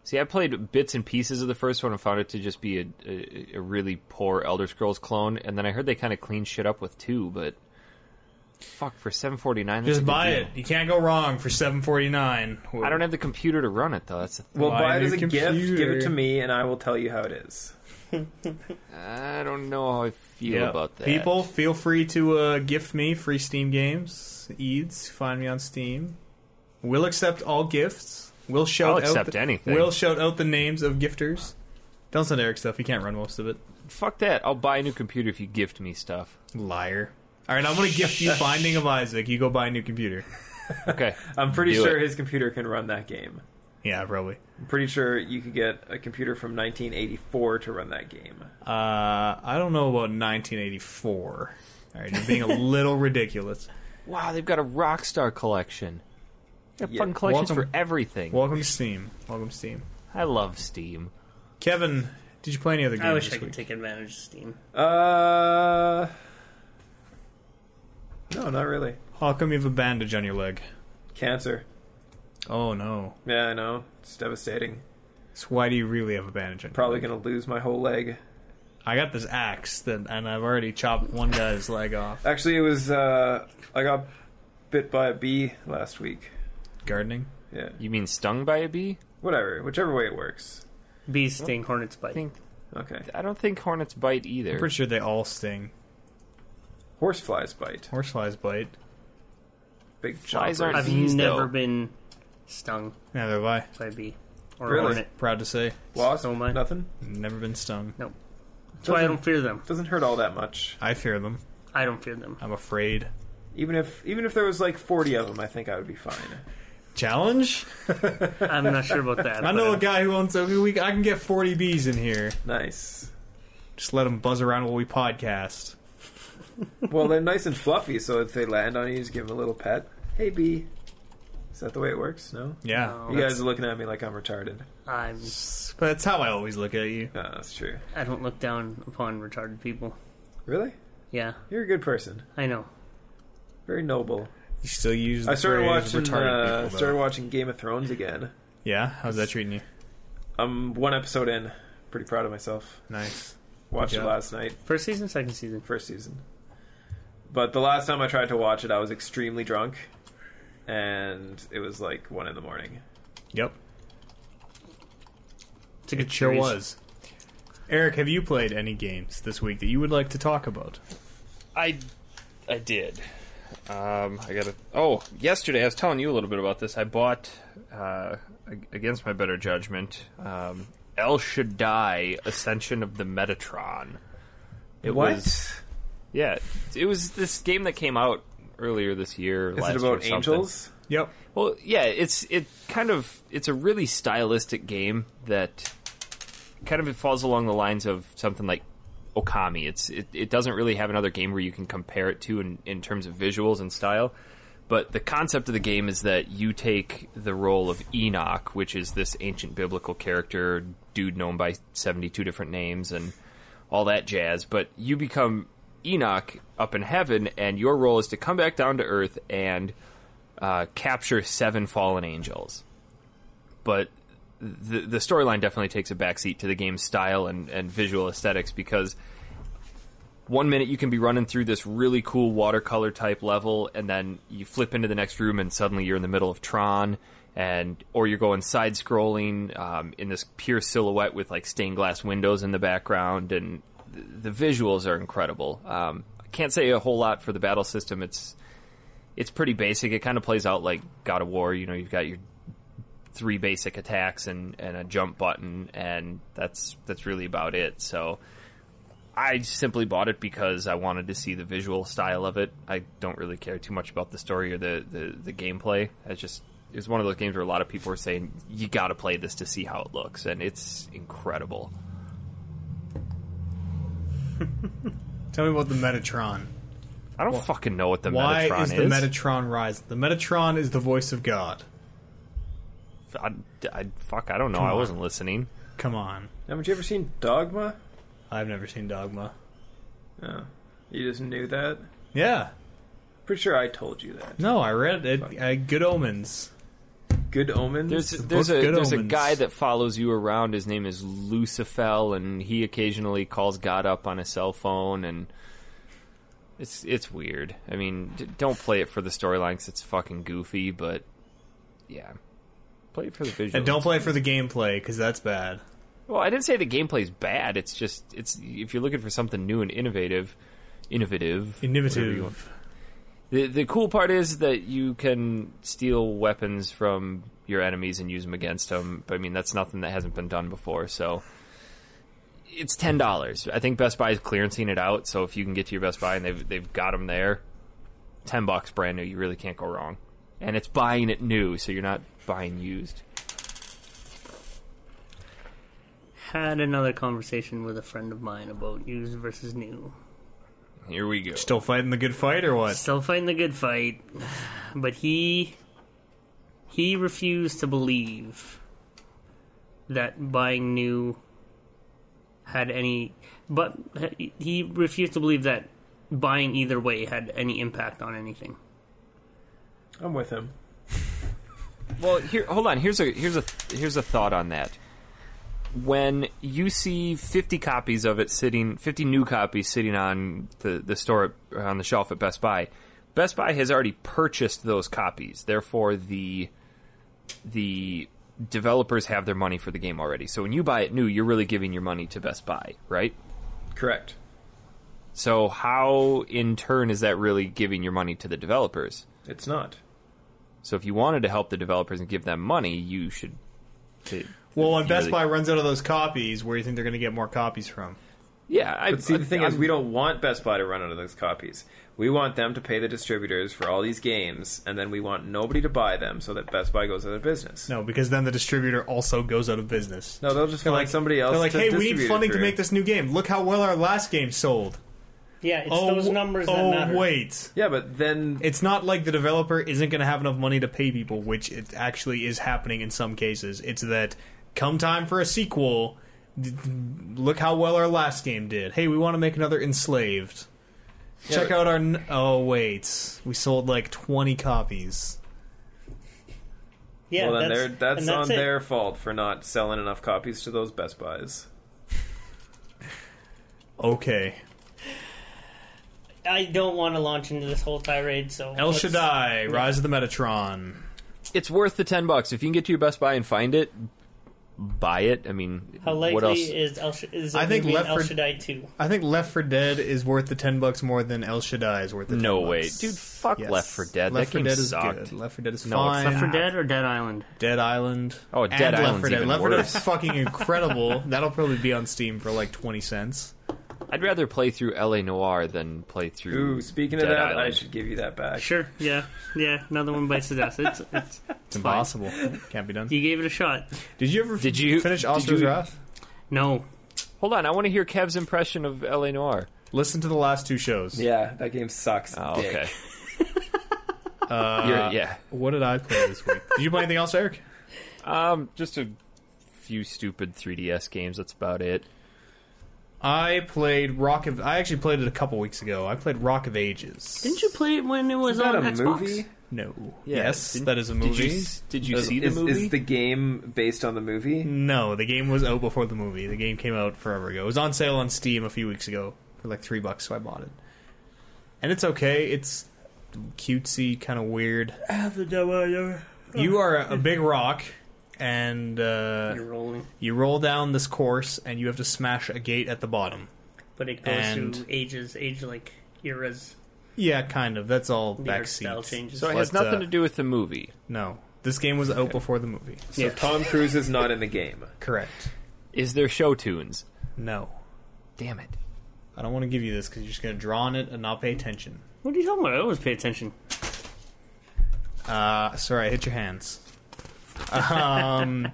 See, I played bits and pieces of the first one and found it to just be a, a, a really poor Elder Scrolls clone. And then I heard they kind of cleaned shit up with two, but fuck for seven forty nine. Just buy it. You can't go wrong for seven forty nine. I don't have the computer to run it though. That's the th- Well, Buy a buy it new as a gift. Give it computer. to me, and I will tell you how it is. I don't know how I feel about that. People, feel free to uh, gift me free Steam games. Eads, find me on Steam. We'll accept all gifts. We'll shout I'll out accept the- anything. We'll shout out the names of gifters. Don't send Eric stuff. He can't run most of it. fuck that. I'll buy a new computer if you gift me stuff. Liar. All right, I'm gonna gift you Binding of Isaac. You go buy a new computer. Okay, I'm pretty Do sure it. his computer can run that game. Yeah, probably. I'm pretty sure you could get a computer from 1984 to run that game. Uh, I don't know about 1984. All right, you're being a little ridiculous. wow, they've got a Rockstar collection. They have Yeah, fun collections welcome- for everything. Welcome to Steam. Welcome to Steam. I love Steam. Kevin, did you play any other games I wish this I could week? take advantage of Steam. Uh, no, not really. How come you have a bandage on your leg? Cancer. Oh no. Yeah, I know. It's devastating. So why do you really have a bandage on? your Probably leg? gonna lose my whole leg. I got this axe that, and I've already chopped one guy's leg off. Actually, it was. Uh, I got bit by a bee last week. Gardening. Yeah, You mean stung by a bee? whatever. Whichever way it works. Bees sting, hornets bite. I think Okay. I don't think hornets bite either. I'm pretty sure they all sting. Horseflies bite. Horseflies bite. Big Flies flies aren't- I've Bees, never though. been stung Neither have I. by a bee or Really? a hornet. Proud to say, wasp. so much. Nothing. never been stung. That's why I don't fear them. Doesn't hurt all that much. I fear them. I don't fear them. I'm afraid. Even if even if there was like forty of them, I think I would be fine. Challenge? I'm not sure about that. I but, know uh, a guy who owns every week. I can get 40 bees in here. Nice. Just let them buzz around while we podcast. Well, they're nice and fluffy, so if they land on you, just give them a little pet. Hey, bee. Is that the way it works? No. Yeah. No. You guys are looking at me like I'm retarded. I'm, That's, but that's how I always look at you. No, that's true. I don't look down upon retarded people. Really? Yeah, You're a good person. I know. Very noble. You still use. The I started phrase watching. retarded uh, people, though. started watching Game of Thrones again. Yeah. How's that treating you? I'm one episode in. Pretty proud of myself. Nice. Watched Good it job. last night, First season, second season. first season. But the last time I tried to watch it, I was extremely drunk, and it was like one in the morning. Yep. It's a good It sure series. was. Eric, have you played any games this week that you would like to talk about? I, I did. Um, I got to Oh, yesterday I was telling you a little bit about this. I bought, uh, ag- against my better judgment, um, El Shaddai: Ascension of the Metatron. It was yeah. It was this game that came out earlier this year. Is last it year or about something. angels? Yep. Well, yeah, it's it kind of it's a really stylistic game that kind of it falls along the lines of something like Okami. It's it, it doesn't really have another game where you can compare it to in, in terms of visuals and style. But the concept of the game is that you take the role of Enoch, which is this ancient biblical character, dude known by 72 different names and all that jazz. But you become Enoch up in heaven, and your role is to come back down to earth and uh, capture seven fallen angels. But the, the storyline definitely takes a backseat to the game's style and, and visual aesthetics because one minute you can be running through this really cool watercolor type level, and then you flip into the next room, and suddenly you're in the middle of Tron. And or you're going side scrolling um, in this pure silhouette with like stained glass windows in the background, and th- the visuals are incredible. Um, I can't say a whole lot for the battle system. It's it's pretty basic. It kind of plays out like God of War. You know, you've got your three basic attacks and, and a jump button, and that's that's really about it. So I simply bought it because I wanted to see the visual style of it. I don't really care too much about the story or the the, the gameplay. It's just it was one of those games where a lot of people were saying you got to play this to see how it looks, and it's incredible. Tell me about the Metatron. I don't fucking know what the Why Metatron is the Metatron rise? The Metatron is the voice of God. I, I, fuck, I don't know. I on. wasn't listening. Come on. Haven't you ever seen Dogma? I've never seen Dogma. Oh, you just knew that. Yeah. Pretty sure I told you that. No, I read it. Uh, Good Omens. Good Omens. There's the there's book a Good there's a Omens. guy that follows you around. His name is Lucifel, and he occasionally calls God up on his cell phone, and it's it's weird. I mean, d- don't play it for the storyline 'cause it's fucking goofy, but yeah, play it for the visual. And don't play for the gameplay because that's bad. Well, I didn't say the gameplay's bad. It's just it's if you're looking for something new and innovative, innovative, whatever you want. Innovative. The the cool part is that you can steal weapons from your enemies and use them against them. But I mean, that's nothing that hasn't been done before. So it's ten dollars. I think Best Buy is clearancing it out. So if you can get to your Best Buy and they've they've got them there, ten bucks brand new. You really can't go wrong. And it's buying it new, so you're not buying used. Had another conversation with a friend of mine about used versus new. Here we go. Still fighting the good fight or what? Still fighting the good fight, but he he refused to believe that buying new had any. But he refused to believe that buying either way had any impact on anything. I'm with him. Well, here, hold on. Here's a here's a here's a thought on that. When you see 50 copies of it sitting, 50 new copies sitting on the the store at, on the shelf at Best Buy, Best Buy has already purchased those copies. Therefore, the the developers have their money for the game already. So when you buy it new, you're really giving your money to Best Buy, right? Correct. So how in turn is that really giving your money to the developers? It's not. So if you wanted to help the developers and give them money, you should. to- Well, when Best Really- Buy runs out of those copies, where do you think they're going to get more copies from? Yeah, I But see, the thing I- is, we don't want Best Buy to run out of those copies. We want them to pay the distributors for all these games, and then we want nobody to buy them so that Best Buy goes out of business. No, because then the distributor also goes out of business. No, they'll just find somebody else. They're like, to hey, we distribute need it funding to through." make this new game. Look how well our last game sold. Yeah, it's oh, those numbers oh, that matter. wait. Yeah, but then It's not like the developer isn't going to have enough money to pay people, which it actually is happening in some cases. It's that come time for a sequel, d- d- look how well our last game did. Hey, we want to make another Enslaved. Check but- out our. N- oh, wait. We sold like 20 copies. Yeah, well, then that's, they're, that's, and that's on it. their fault for not selling enough copies to those Best Buys. Okay. I don't want to launch into this whole tirade. So El let's- Shaddai, Rise of the Metatron. it's worth the ten bucks if you can get to your Best Buy and find it. Buy it. I mean, How what else? likely is El, Sh- is I I think think Left El for- Shaddai two? I think Left for Dead is worth the ten bucks more than El Shaddai is worth the. 10 no bucks. way, dude. Fuck Yes. Left for Dead. Left that for game Dead sucked. is good. Left for Dead is No, it's fine. not. For Dead or Dead Island? Dead Island. Oh, Dead and Left Island's 4 Dead. even Left 4 Dead worse. is fucking incredible. That'll probably be on Steam for like twenty cents. I'd rather play through L.A. Noir than play through. Ooh, speaking Dead of that, Island. I should give you that back. Sure. Yeah. Yeah. Another one bites the dust. It's, it's It's impossible. Can't be done. you gave it a shot. Did you ever Did you- finish did Oscar's you- Wrath? No. Hold on, I want to hear Kev's impression of L.A. Noir. Listen to the last two shows. Yeah, that game sucks. Oh, dick. okay. Uh, You're- yeah. Oh, What did I play this week? Did you play anything else, Eric? Um, just a few stupid 3DS games. That's about it. I played Rock of. I actually played it a couple weeks ago. I played Rock of Ages. Didn't you play it when it was Is that on a Xbox? movie? No. Yeah, yes, didn't- that is a did you movie. s- did you That is- see the Is, movie? Hmm. is the game based on the movie? No, the game was out before the movie. The game came out forever ago. It was on sale on Steam a few weeks ago for like three bucks, so I bought it. And it's okay. It's cutesy, kind of weird. Uh-huh. You are a big rock, and uh, You're rolling, you roll down this course, and you have to smash a gate at the bottom. but it goes And- through ages, age like eras. Yeah, kind of. That's all The art backseat. style changes. So it But, has nothing uh, to do with the movie. No, this game was out before the movie. So Tom Cruise is not in the game. Correct. Is there show tunes? No, Damn it. I don't want to give you this because you're just gonna draw on it and not pay attention. what are you talking about? I always pay attention. Uh, sorry, I hit your hands. Um,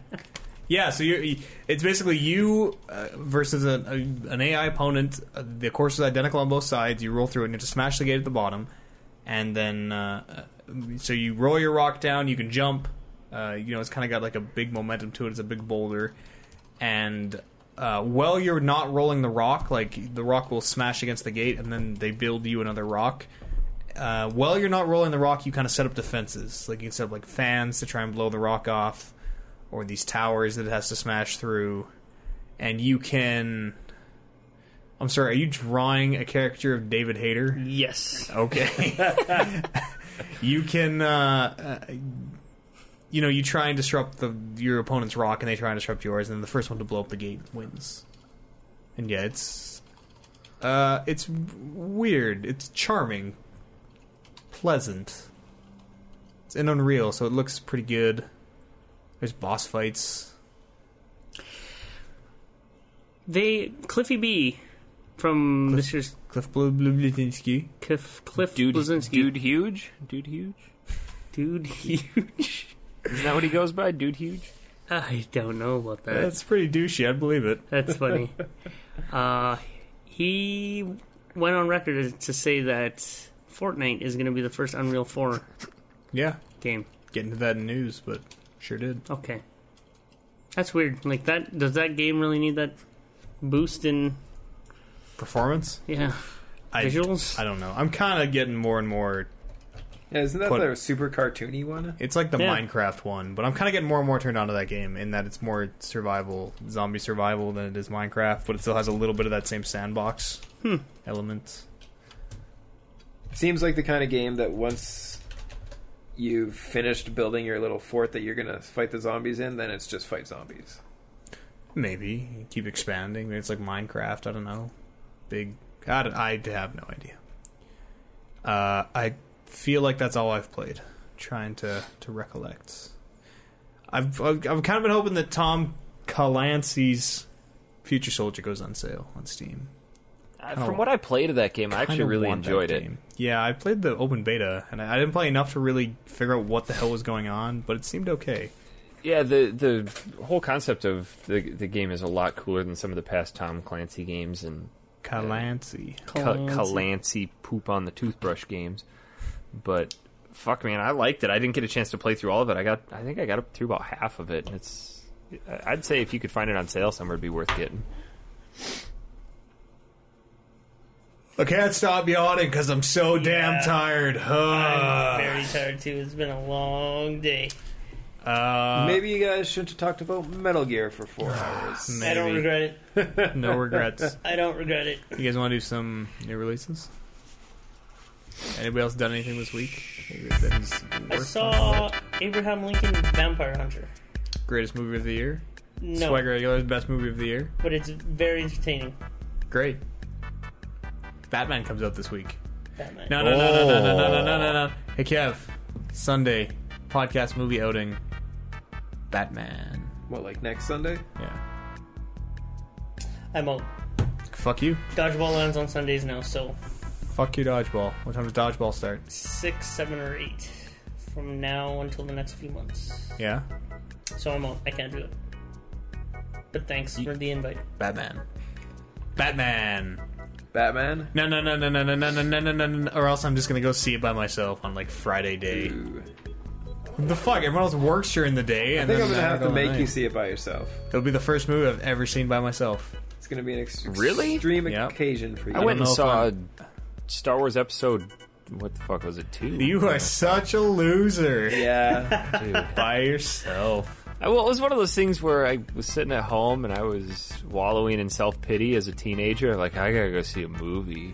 yeah, so you're, it's basically you uh, versus an, a, an AI opponent. Uh, the course is identical on both sides. You roll through it, and you have to smash the gate at the bottom. And then, uh, uh, so you roll your rock down, you can jump. Uh, you know, it's kind of got like a big momentum to it, it's a big boulder. And uh, while you're not rolling the rock, like the rock will smash against the gate, and then they build you another rock uh, while you're not rolling the rock, you kind of set up defenses. Like you can set up like fans to try and blow the rock off, or these towers that it has to smash through. And you can. I'm sorry. Are you drawing a character of David Hayter? Yes. Okay. you can. Uh, uh, you know, you try and disrupt the your opponent's rock, and they try and disrupt yours, and the first one to blow up the gate wins. And yeah, it's. Uh, it's weird. It's charming, pleasant. It's in Unreal, so it looks pretty good. There's boss fights. They Cliffy B from this year's Cliff Blublinski. Cliff Cliff Dude, Blazinski. dude huge? Dude huge? dude huge. Isn't that what he goes by? Dude huge? I don't know about that. That's pretty douchey. I'd believe it. That's funny. uh, he went on record to say that Fortnite is going to be the first Unreal 4 Yeah, game. getting to that in news, but sure did. Okay. That's weird. Like that does that game really need that boost in Performance. yeah, I, visuals? I don't know. I'm kind of getting more and more. Yeah, isn't that Put- the super cartoony one? It's like the Yeah. Minecraft one, but I'm kind of getting more and more turned on to that game in that it's more survival, zombie survival than it is Minecraft, but it still has a little bit of that same sandbox Hmm. element. seems like the kind of game that once you've finished building your little fort that you're gonna fight the zombies in, then it's just fight zombies. Maybe You keep expanding. Maybe it's like Minecraft. I don't know. Big. I, don't- I have no idea. Uh, I feel like that's all I've played. Trying to to recollect. I've I've, I've kind of been hoping that Tom Clancy's Future Soldier goes on sale on Steam. Uh, Oh. From what I played of that game, I actually Kinda really want that enjoyed it. game. Yeah, I played the open beta, and I I didn't play enough to really figure out what the hell was going on, but it seemed okay. Yeah, the the whole concept of the the game is a lot cooler than some of the past Tom Clancy games and Calancy. Ca- Clancy poop on the toothbrush games. But fuck, man, I liked it. I didn't get a chance to play through all of it. I got, I think I got up through about half of it. and It's, I- I'd say if you could find it on sale somewhere, it'd be worth getting. I can't stop yawning because I'm so Yeah. damn tired. I'm Huh. very tired too. It's been a long day. Uh, Maybe you guys should have talked about Metal Gear for four Hmm. hours. I don't Maybe. regret it. no regrets. I don't regret it. You guys want to do some new releases? Anybody else done anything this week? That is worth I talking saw Abraham Lincoln Vampire Hunter. about? greatest movie of the year. No, Swagger Regular's best movie of the year. but it's very entertaining. Great. Batman comes out this week. That night. No, no, no, no, no, no, no, no, no, no. Hey, Kev. Sunday podcast movie outing. Batman. What, like next Sunday? Yeah. I'm out. Fuck you. Dodgeball lands on Sundays now, so Fuck you, dodgeball. What time does dodgeball start? six, seven, or eight from now until the next few months. Yeah. So I'm out. I can't do it. But thanks for the invite. Batman. Batman. Batman? No, no, no, no, no, no, no, no, no, no, no, no, or else I'm just gonna go see it by myself on like Friday day. Ooh. What the fuck? Everyone else works during the day, I and think I'm then gonna have to go at make you night. see it by yourself. It'll be the first movie I've ever seen by myself. It's gonna be an ex- Really? extreme Yep. occasion for you. I went and know if saw Star Wars Episode. What the fuck was it? Two. You are such a loser Yeah. by yourself. I- Well, it was one of those things where I was sitting at home and I was wallowing in self pity as a teenager. Like I gotta go see a movie,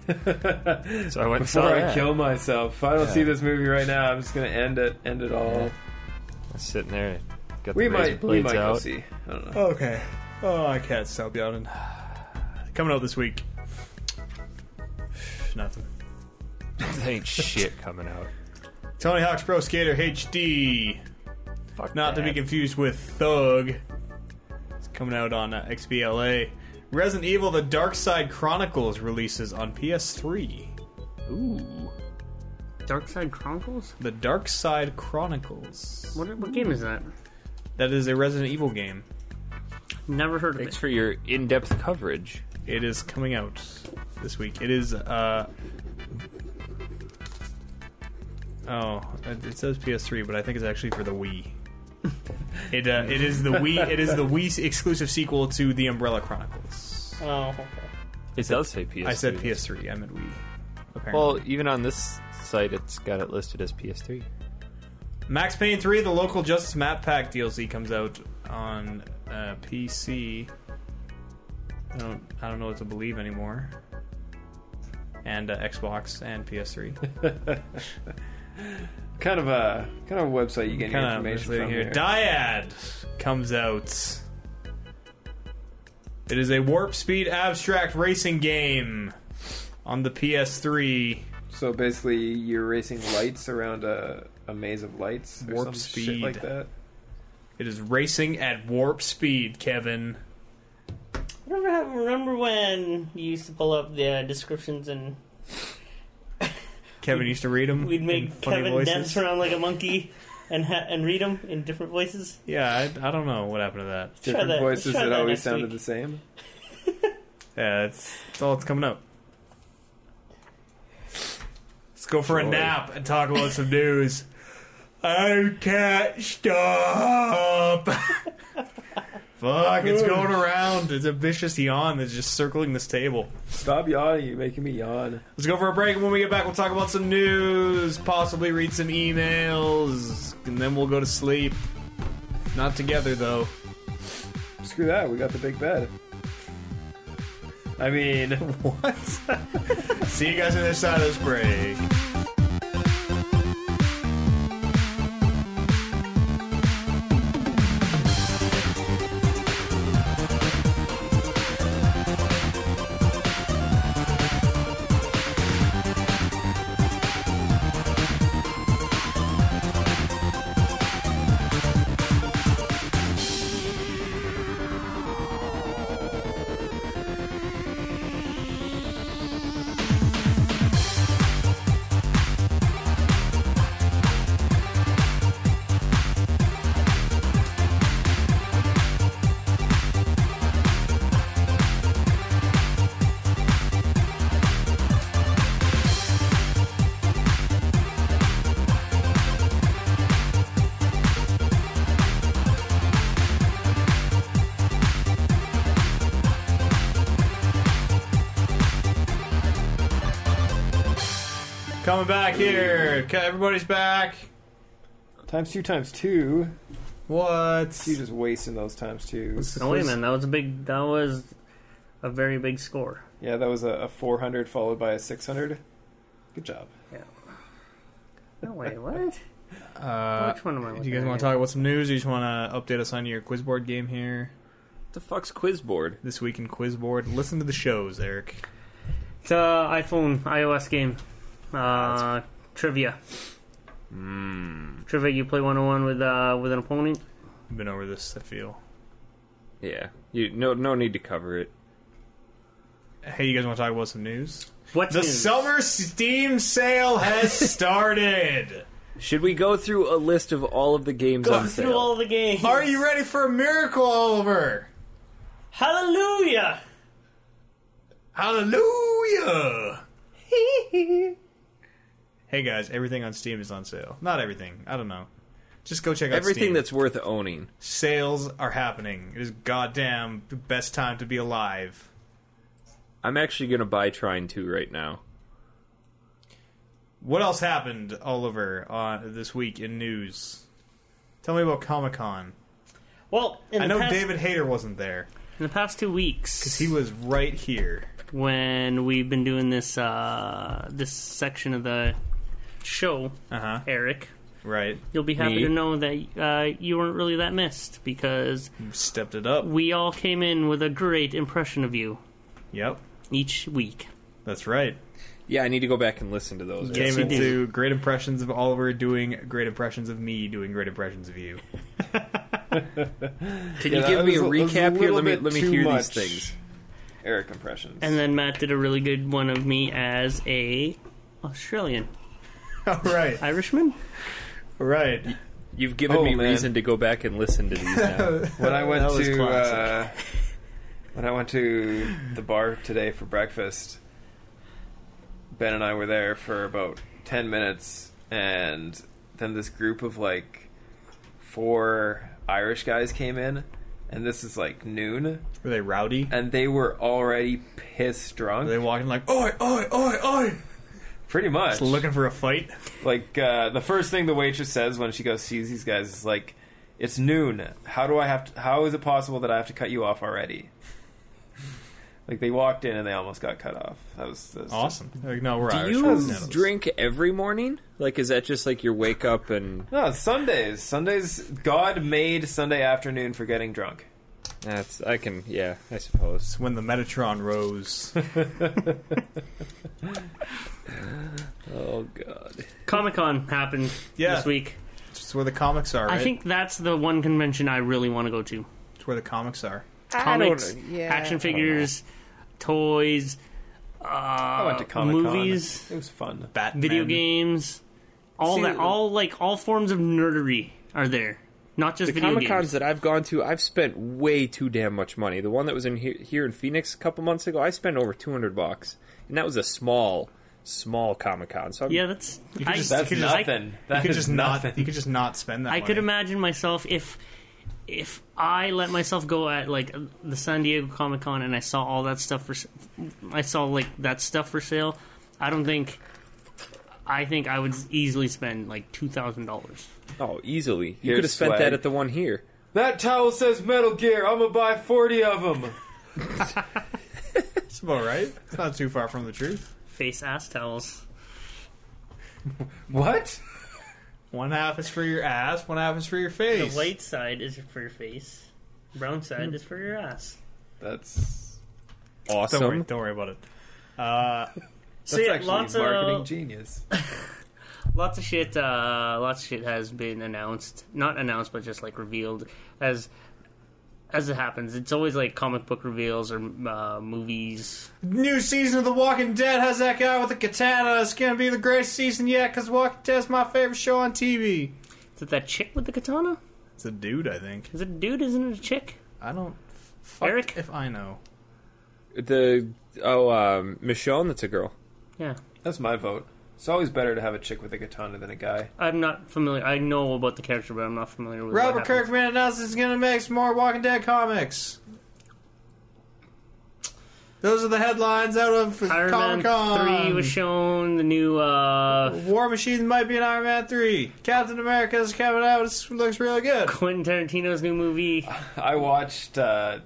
so I went and saw Before I that. kill myself. If I don't Yeah. see this movie right now, I'm just gonna end it. End it all. I was sitting there, got We the razor might. We blades might out. go see. I don't know. Okay. Oh, I can't stop yawning. Coming out this week. Nothing. There ain't shit coming out. Tony Hawk's Pro Skater HD. Fuck Not to be confused with Thug. It's coming out on uh, XBLA. Resident Evil The Dark Side Chronicles releases on PS3. Ooh. Dark Side Chronicles? The Dark Side Chronicles. What, what game is that? That is a Resident Evil game. Never heard of Thanks it. for your in-depth coverage. It is coming out this week. It is uh Oh, it it says PS3, but I think it's actually for the Wii. It uh, it is the Wii it is the Wii exclusive sequel to The Umbrella Chronicles. Oh, okay. It does say PS. I said PS3, I meant Wii. Apparently. Well, even on this site, it's got it listed as PS3. Max Payne 3, the local Justice Map Pack DLC comes out on uh, PC. I don't, I don't know what to believe anymore. And uh, Xbox and PS3. Kind of a kind of a website you get your kind of information misleading from here. here. Dyad comes out. It is a warp speed abstract racing game on the PS3. So basically, you're racing lights around a, a maze of lights or Warp some shit speed. like that. It is racing at warp speed, Kevin. Remember, remember when you used to pull up the uh, descriptions and Kevin used to read them. we'd make Kevin dance around like a monkey and ha- and read them in different voices? Yeah, I, I don't know what happened to that. Try Different that- voices try that, that always next sounded week. the same. Yeah, that's, that's all that's coming up. Let's go for a Joy. nap and talk about some news. I can't stop. Fuck, it's going around. It's a vicious yawn that's just circling this table. Stop yawning! You're making me yawn. Let's go for a break. and When we get back, we'll talk about some news, possibly read some emails, and then we'll go to sleep. Not together, though. Screw that. We got the big bed. I mean, What? See you guys on the other side of this break. Coming back here. Okay, everybody's back. times two times two. What? You're just wasting those times two. No, wait a minute. That was a big. That was a very big score. Yeah, that was a, a 400 followed by a 600. Good job. No, wait, what? Uh, Which one am I do you guys looking want at to talk about some news? Or you just want to update us on your quiz board game here The fuck's Quizboard? this week in quiz board? Listen to the shows, Eric. It's a iPhone iOS game. Uh, trivia. Mmm. Trivia. You play one on one with uh, with an opponent. We've been over this. I feel. Yeah. You no no need to cover it. Hey, you guys want to talk about some news? What's The new? summer Steam sale has started. Should we go through a list of all of the games Go on through sale? all the games. Are you ready for a miracle, Oliver? Hallelujah! Hallelujah! hey guys, everything on Steam is on sale. Not everything. I don't know. Just go check out Everything Steam. that's worth owning. sales are happening. It is goddamn the best time to be alive. I'm actually gonna buy Trine 2 right now. What else happened, Oliver, uh, this week in news? Tell me about Comic Con. Well, in I the, know past, David Hayter wasn't there in the past two weeks, because he was right here. when we've been doing this uh, this section of the show, Uh huh. Eric, Right. you'll be happy Me? to know that uh, you weren't really that missed because Stepped it up. we all came in with a great impression of you Yep. each week. That's right. Yeah, I need to go back and listen to those. Came you into great impressions of Oliver doing great impressions of me doing great impressions of you. Can Yeah, you give that me a was was recap here? little Let me bit let me too hear much these things. Eric impressions. And then Matt did a really good one of me as a Australian All right, Irishman. right. You've given Oh, me man. reason to go back and listen to these now. when I That went was to classic. uh, when I went to the bar today for breakfast, Ben and I were there for about ten minutes, and then this group of like four Irish guys came in, and this is like noon, Were they rowdy? and they were already pissed Were they drunk, walking like oi oi oi oi? pretty much. Just looking for a fight. Like uh, the first thing the waitress says when she goes sees these guys is like, "It's noon. How do I have? To, how is it possible that I have to cut you off already?" Like they walked in and they almost got cut off. That was, that was Awesome. Like, no, we're Do Irish. you We're Canadians. drink every morning? Like, is that just like your wake up and No, Sundays. Sundays. God made Sunday afternoon for getting drunk. that's? I can, yeah, I suppose. When the Metatron rose, Oh god, Comic Con happened Yeah. this week. it's where the comics are. Right? I think that's the one convention I really want to go to. it's where the comics are. Comics, don't- yeah, I action don't figures, toys, uh, I went to Comic Con. movies, It was fun. Batman. video games, all See, that, all like all forms of nerdery are there. Not just the video comic cons games. that I've gone to, I've spent way too damn much money. The one that was in here, here in Phoenix a couple months ago, I spent over two hundred bucks, and that was a small, small comic con. So I'm, Yeah, that's. could I, just- That's You could just- nothing. You That could is just nothing. not. You could just not spend that. I could money. imagine myself if if I let myself go at like the San Diego Comic Con and I saw all that stuff for s- I saw like that stuff for sale. I don't think I think I would easily spend like two thousand dollars. oh, easily you Here's could have spent swag. that at the one here. That towel says Metal Gear. I'm gonna buy forty of them. It's about right. It's not too far from the truth. Face ass towels. What? One half is for your ass. One half is for your The face. white side is for your face. Brown side is for your ass. That's Don't worry. Awesome. Don't worry about it. Uh, So that's yeah, actually lots marketing of genius. lots of shit uh lots of shit has been announced not announced but just like revealed as as it happens it's always like comic book reveals or uh, movies New season of The Walking Dead has that guy with the katana. It's gonna be the greatest season yet because Walking Dead's my favorite show on TV. is it that chick with the katana It's a dude, I think. is it a dude isn't it a chick I don't. Fuck Eric? if I know. The oh, um, Michonne, that's a girl. yeah That's my vote. It's always better to have a chick with a katana than a guy. i'm not familiar i know about the character but i'm not familiar with what Robert happens. Kirkman announces he's gonna make some more Walking Dead comics. Those are the headlines out of Iron Comic Man 3 Con. was shown, the new, uh, War Machine might be an Iron Man 3. Captain America's coming out. It looks really good. Quentin Tarantino's new movie. I watched uh,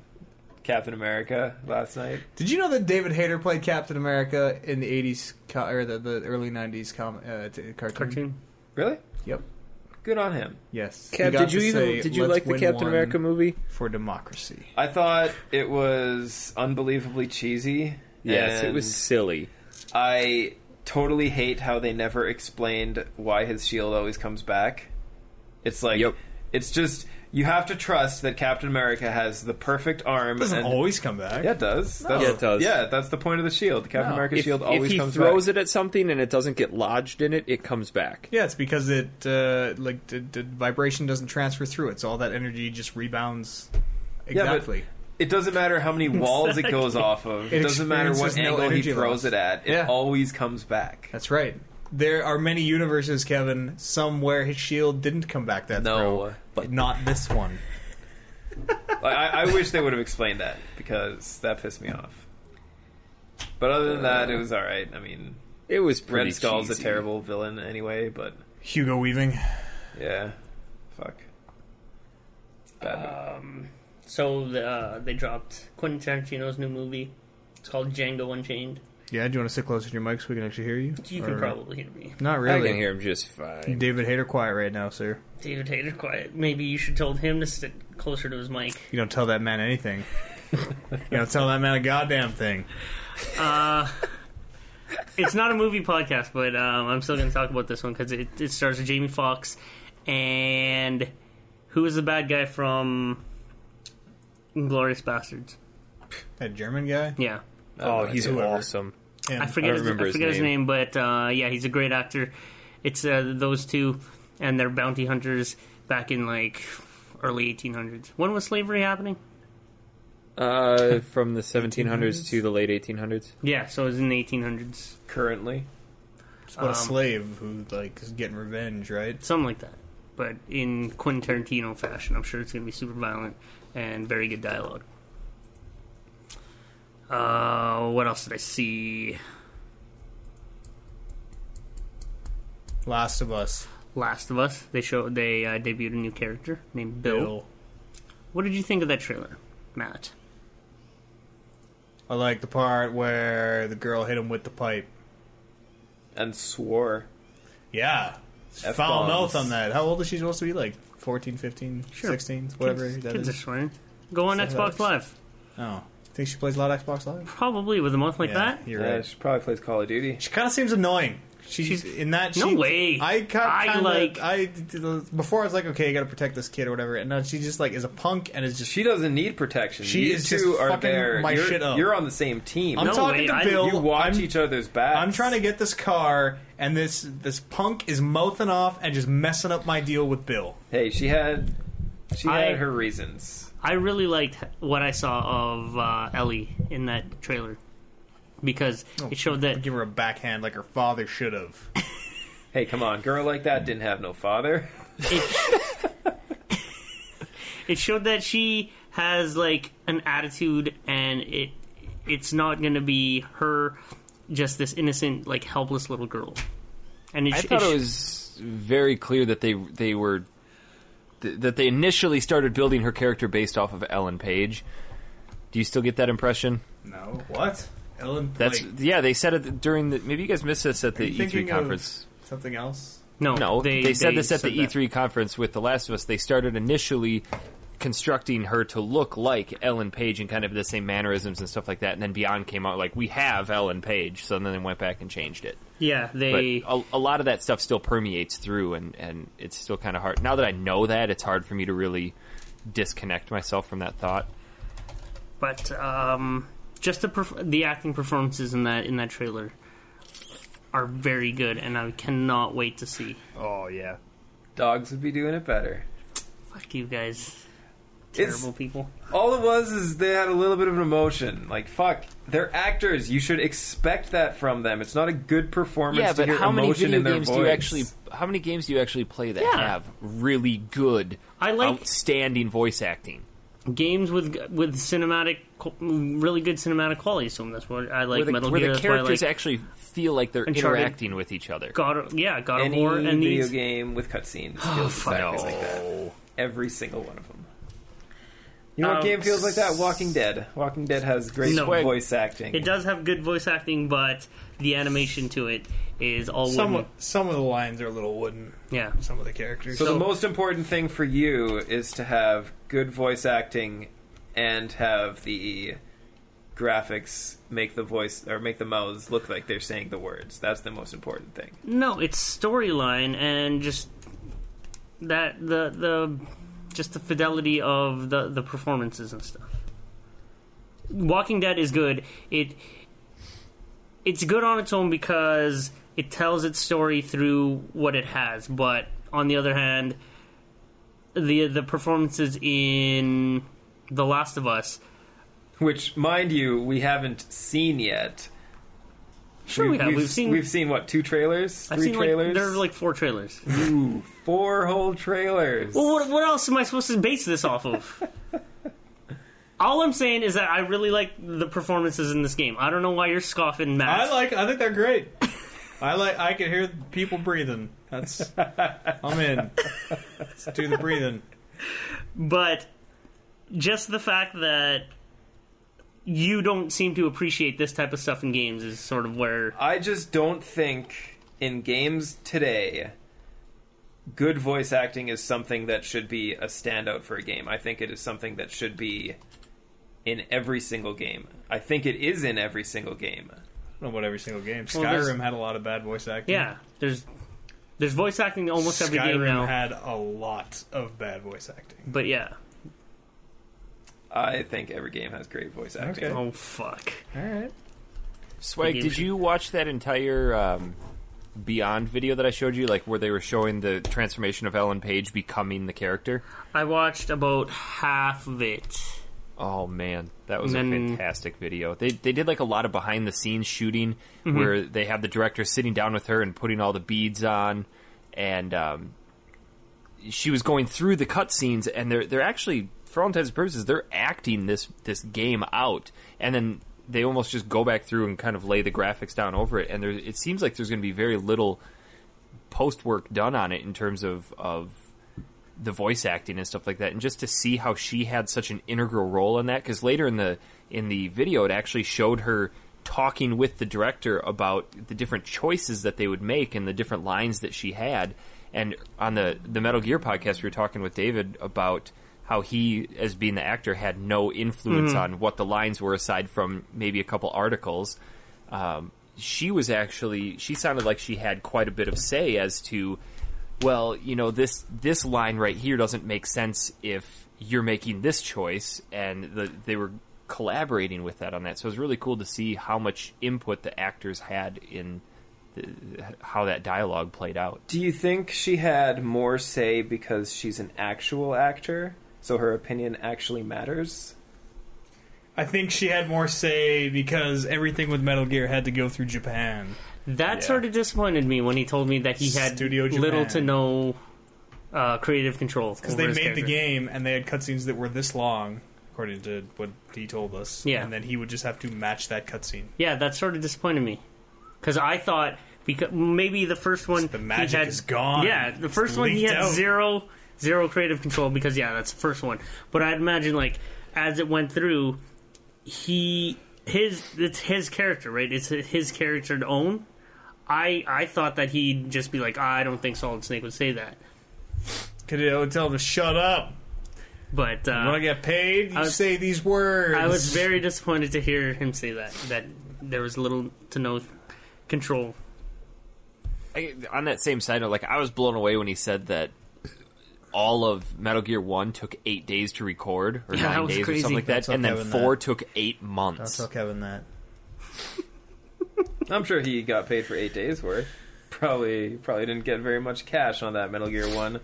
Captain America last night. Did you know that David Hayter played Captain America in the 80s co- or the, the early 90s com- uh, t- cartoon? Cartoon. Really? Yep. Good on him. Yes. Cap, He got did you to even say, did you "Let's like the win Captain one America movie? for democracy? I thought it was unbelievably cheesy. Yes, it and was silly. I totally hate how they never explained why his shield always comes back. It's like Yep. it's just you have to trust that Captain America has the perfect arm. Doesn't and- always come back. Yeah, it does. Yeah, it does. Yeah, that's the point of the shield. Captain No. America's If, shield always if he comes throws back. it at something and it doesn't get lodged in it, it comes back. Yeah, it's because it uh, like the, the vibration doesn't transfer through it, so all that energy just rebounds. but- Exactly. It doesn't matter how many walls it goes off of. It, It doesn't matter what experiences no angle he energy throws loss. it at. It Yeah. always comes back. That's right. There are many universes, Kevin. Somewhere his shield didn't come back that No. throw, but not this one. Like, I, I wish they would have explained that because that pissed me off. But other than that, it was all right. I mean, It was Uh, pretty Red Skull's cheesy. a terrible villain anyway, but Hugo Weaving. yeah, fuck. Bad movie. So the, uh, they dropped Quentin Tarantino's new movie. It's called Django Unchained. Yeah, do you want to sit closer to your mic so we can actually hear you? You can Or- probably hear me. Not I really. can hear him just fine. David Hayter quiet right now, sir. David Hayter, quiet. Maybe you should told him to sit closer to his mic. You don't tell that man anything. you don't tell that man a goddamn thing. it's not a movie podcast, but um, I'm still going to talk about this one because it, it stars Jamie Foxx and who is the bad guy from Inglorious Bastards? That German guy? Yeah, Oh, he's whoever. awesome. Him. I forget. I his, I remember forget his his name. but uh, yeah, he's a great actor. It's uh, those two and they're bounty hunters back in like early 1800s. When was slavery happening? Uh, from the 1700s to the late 1800s. Yeah, so it was in the 1800s, currently. It's about a slave who like is getting revenge, right? something like that. But in Quentin Tarantino fashion, I'm sure it's going to be super violent and very good dialogue. Uh, what else did I see? Last of Us. Last of Us. They show they uh, debuted a new character named Bill. Bill. What did you think of that trailer, Matt? I like the part where the girl hit him with the pipe. And swore. Yeah. F-bombs. Foul mouth on that. How old is she supposed to be? Like 14, 15, Sure. 16, whatever kids, that kids is. are swearing. Go on Stuff Xbox happens. Live. Oh. Think she plays a lot of Xbox Live? Probably with a month like yeah, that. You're Yeah, right. she probably plays Call of Duty. She kind of seems annoying. She's, She's- in that. no she, way. I I kind of like- like. I before I was like, okay, I gotta protect this kid or whatever. And now she just like is a punk and is just. She doesn't need protection. She you is two just are fucking there. my you're, shit up. you're on the same team. I'm No talking way, to I- Bill. you watch I'm- each other's backs. I'm trying to get this car, and this this punk is mouthing off and just messing up my deal with Bill. Hey, she had she I- had her reasons. I really liked what I saw of uh, Ellie in that trailer because Oh, it showed that Give her a backhand like her father should have. Hey, come on, girl like that didn't have no father. it showed that she has like an attitude and it it's not going to be her just this innocent like helpless little girl. And it, I sh- thought sh- it was very clear that they they were th- that they initially started building her character based off of Ellen Page. Do you still get that impression? No, what? Ellen. That's like, yeah. They said it during the maybe you guys missed this at the you E3 thinking of- conference. something else. no, No, they, said this at the E that. E3 conference with The Last of Us. They started initially constructing her to look like Ellen Page and kind of the same mannerisms and stuff like that. And then Beyond came out like we have Ellen Page, so then they went back and changed it. Yeah, But they a, a lot of that stuff still permeates through, and and it's still kind of hard. Now that I know that, it's hard for me to really disconnect myself from that thought. but um, just the perf- the acting performances in that in that trailer are very good, and I cannot wait to see. Oh yeah. Dogs would be doing it better. Fuck you guys, It's- terrible people. All it was is they had a little bit of an emotion. Like fuck, they're actors. You should expect that from them. It's not a good performance. Yeah, to but hear how many emotion video in their games voice. do you actually? How many games do you actually play that Yeah. have really good, I like- outstanding voice acting? Games with with cinematic, qu- really good cinematic qualities to them. That's what I like. where the, Metal where the Gear. that's why I characters like actually feel like they're Uncharted. interacting with each other. God, of, yeah, God of any War, and video these. game with cutscenes Oh, feels fuck exactly no. like that. Every single one of them. You know what Um, game feels like that? Walking Dead. Walking Dead has great No. voice acting. It does have good voice acting, but the animation to it is all Some wooden. of- some of the lines are a little wooden. Yeah, Some of the characters. So the most important thing for you is to have good voice acting and have the graphics make the voice or make the mouths look like they're saying the words. That's the most important thing. No, it's storyline and just that the the just the fidelity of the the performances and stuff. Walking Dead is good. It it's good on its own because it tells its story through what it has, but on the other hand, the the performances in The Last of Us. Which, mind you, we haven't seen yet. Sure, we have. We've, seen. we've seen what two trailers, I've three seen like trailers. there are like four trailers. Ooh, four whole trailers. Well, what, what else am I supposed to base this off of? All I'm saying is that I really like the performances in this game. I don't know why you're scoffing, Matt. I like. I think they're great. I like. I can hear people breathing. That's. I'm in. Let's do the breathing. but just the fact that you don't seem to appreciate this type of stuff in games is sort of where I just don't think in games today, good voice acting is something that should be a standout for a game. I think it is something that should be in every single game. I think it is in every single game. don't know about every single game. Well, there's- Skyrim had a lot of bad voice acting. Yeah, there's there's voice acting in almost every game Skyrim now. had a lot of bad voice acting. but yeah. I think every game has great voice acting. Okay. Oh fuck. All right. The Swag, game did should- you watch that entire um, Beyond video that I showed you, like where they were showing the transformation of Ellen Page becoming the character? I watched about half of it. Oh man, that was And a then- fantastic video. They they did like a lot of behind the scenes shooting Mm-hmm. where they have the director sitting down with her and putting all the beads on, and um, she was going through the cutscenes, and they're they're actually for all intents and purposes they're acting this this game out, and then they almost just go back through and kind of lay the graphics down over it, and there it seems like there's going to be very little post work done on it in terms of of the voice acting and stuff like that, and just to see how she had such an integral role in that. Because later in the in the video, it actually showed her talking with the director about the different choices that they would make and the different lines that she had. And on the the Metal Gear podcast, we were talking with David about how he, as being the actor, had no influence on what the lines were aside from maybe a couple articles um, she was actually she sounded like she had quite a bit of say as to well you know this this line right here doesn't make sense if you're making this choice and the, they were collaborating with that on that so it was really cool to see how much input the actors had in the, how that dialogue played out Do you think she had more say because she's an actual actor, so her opinion actually matters? I think she had more say because everything with Metal Gear had to go through Japan. That Yeah. sort of disappointed me when he told me that he had Studio little Japan. to no uh, creative control Because they made the game and they had cutscenes that were this long, according to what he told us. Yeah. And then he would just have to match that cutscene. Yeah, that sort of disappointed me because I thought because maybe the first one The he magic had- is gone. Yeah, the It's first one he leaked had out. zero zero creative control because yeah, that's the first one. But I'd imagine like as it went through, he his it's his character right. It's his character to own. I I thought that he'd just be like, "Ah, I don't think Solid Snake would say that, Could you know, tell him to shut up? but You want uh, to get paid? You was- say these words. I was very disappointed to hear him say that that there was little to no control. I, on that same side note, like I was blown away when he said that all of Metal Gear One took eight days to record, or Yeah, that nine was days or crazy. something like that, Don't and tell then Kevin four that. took eight months. Kevin that. I'm sure he got paid for eight days worth. Probably, probably didn't get very much cash on that Metal Gear One.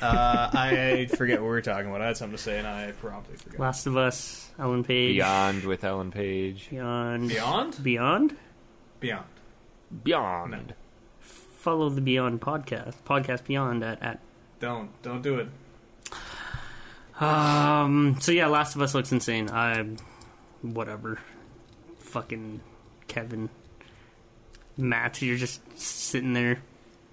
Uh, I forget what we were talking about. I had something to say and I promptly forgot. Last of Us, Ellen Page, Beyond with Ellen Page. Beyond, Beyond? Beyond? Beyond. Beyond. No. Follow the Beyond podcast, podcast Beyond at, at Don't. Don't do it. um. So yeah, Last of Us looks insane. I, whatever, fucking Kevin, Matt, you're just sitting there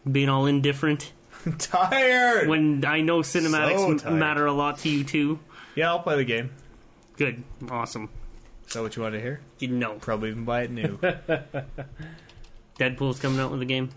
being all indifferent I'm tired. when I know So cinematics tight. m- matter a lot to you too. yeah, I'll play the game. Good, awesome. Is that what you wanted to hear? You know, Probably even buy it new. Deadpool's coming out with a game.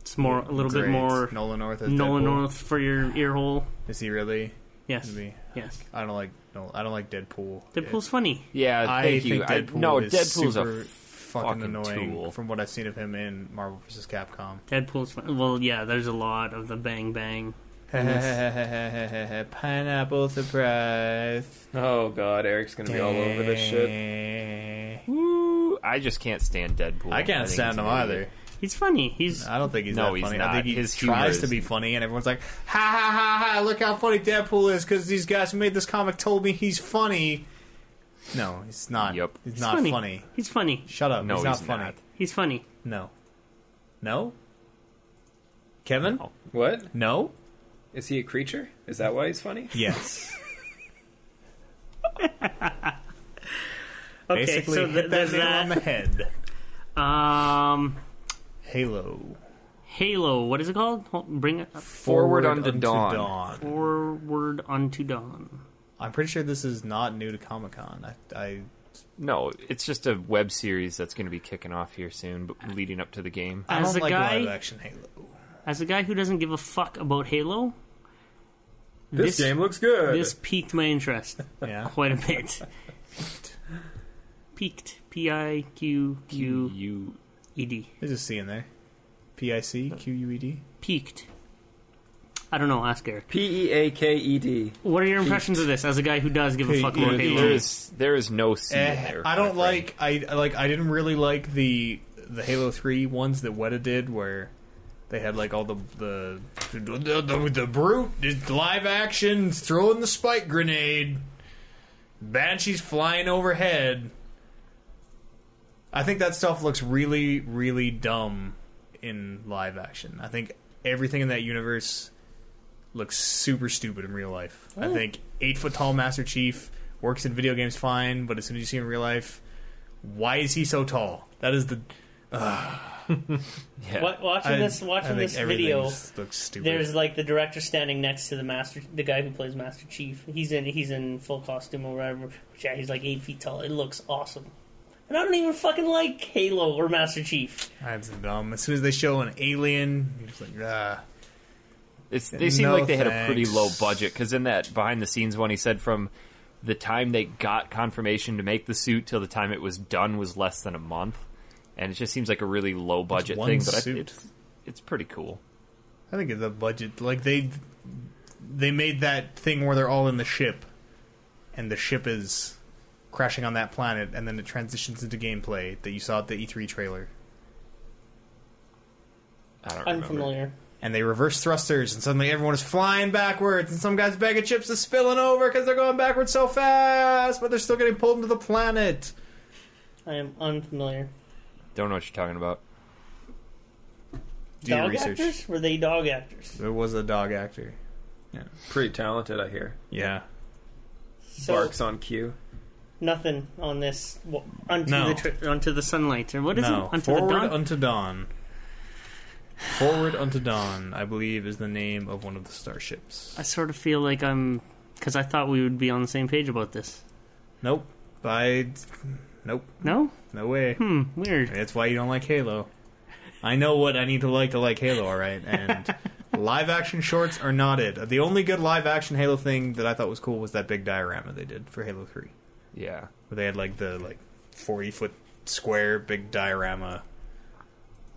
It's more a little Great. bit more Nolan North. As Nolan Deadpool. North for your ear hole. Is he really? Yes, Gonna be- yes. I don't like. No, I don't like Deadpool. Deadpool's funny. Yeah, It- I thank you. think I- Deadpool no, is Deadpool's super a fucking, fucking annoying. tool. From what I've seen of him in Marvel vs. Capcom. Deadpool's fun. Well, yeah, there's a lot of the bang bang. Pineapple surprise. Oh God, Eric's gonna be all over this shit. shit. Woo, I just can't stand Deadpool. I can't think stand he's him an idiot. either. He's funny. He's I don't think he's No, that he's funny. I not. think he His humor tries is- to be funny, and everyone's like, "Ha ha ha ha! Look how funny Deadpool is because these guys who made this comic told me he's funny." No, he's not. Yep. he's, he's not funny. funny. He's funny. Shut up. No, he's, not he's funny. not. He's funny. No. No. Kevin. No. What No? is he a creature? Is that why he's funny? Yes. Okay, Basically, so th- hit that there's nail on the that. head. Um, Halo. Halo. What is it called? Hold- Bring it up. Forward unto unto Dawn. forward unto dawn. I'm pretty sure this is not new to Comic Con. I, I No, it's just a web series that's going to be kicking off here soon, but leading up to the game. I As don't a like guy- live action Halo. As a guy who doesn't give a fuck about Halo, This, game looks good. this piqued my interest Yeah. quite a bit. Peaked. P I Q U you E D. There's a C in there. P I C Q U E D. Peaked. I don't know. Ask Eric. P E A K E D. What are your impressions of this? As a guy who does give a fuck about P-E-D. there Halo, is there is no C in Eh, there. I don't my friend. like I I like I didn't really like the the Halo Three ones that Weta did where they had like all the the the, the, the, the brute did live action throwing the spike grenade, banshees flying overhead. I think that stuff looks really really dumb in live action. I think everything in that universe looks super stupid in real life. I Oh. think eight foot tall Master Chief works in video games fine, but as soon as you see him in real life, why is he so tall? That is the Yeah. Wa- watching I- this watching I think this everything video. just looks stupid. There's like the director standing next to the master, the guy who plays Master Chief. He's in he's in full costume or whatever. Which, yeah, he's like eight feet tall. It looks awesome. And I don't even fucking like Halo or Master Chief. That's dumb. As soon as they show an alien, you're just like, ah. It's, they seem No like they had a pretty thanks. low budget because in that behind the scenes one, he said from the time they got confirmation to make the suit till the time it was done was less than a month, and it just seems like a really low budget one thing. But I, suit. it's it's pretty cool. I think it's a budget. Like they they made that thing where they're all in the ship, and the ship is crashing on that planet, and then it transitions into gameplay that you saw at the E3 trailer. I don't remember. Unfamiliar. and they reverse thrusters, and suddenly everyone is flying backwards, and some guy's bag of chips is spilling over because they're going backwards so fast, but they're still getting pulled into the planet. I am unfamiliar. Don't know what you're talking about. Do your dog research. actors? Were they dog actors? There was a dog actor. Pretty talented, I hear. Yeah. So Barks on cue. nothing on this w- onto No. the tri- onto the sunlight or what is No. it? Onto Forward the dawn? unto dawn. Forward unto dawn, I believe, is the name of one of the starships. I sort of feel like I'm because I thought we would be on the same page about this. Nope. I. Nope. No, No way. hmm, weird. That's why you don't like Halo. I know what I need to like to like Halo, all right? And live action shorts are not it. The only good live action Halo thing that I thought was cool was that big diorama they did for Halo 3, Yeah, where they had like the like 40 foot square big diorama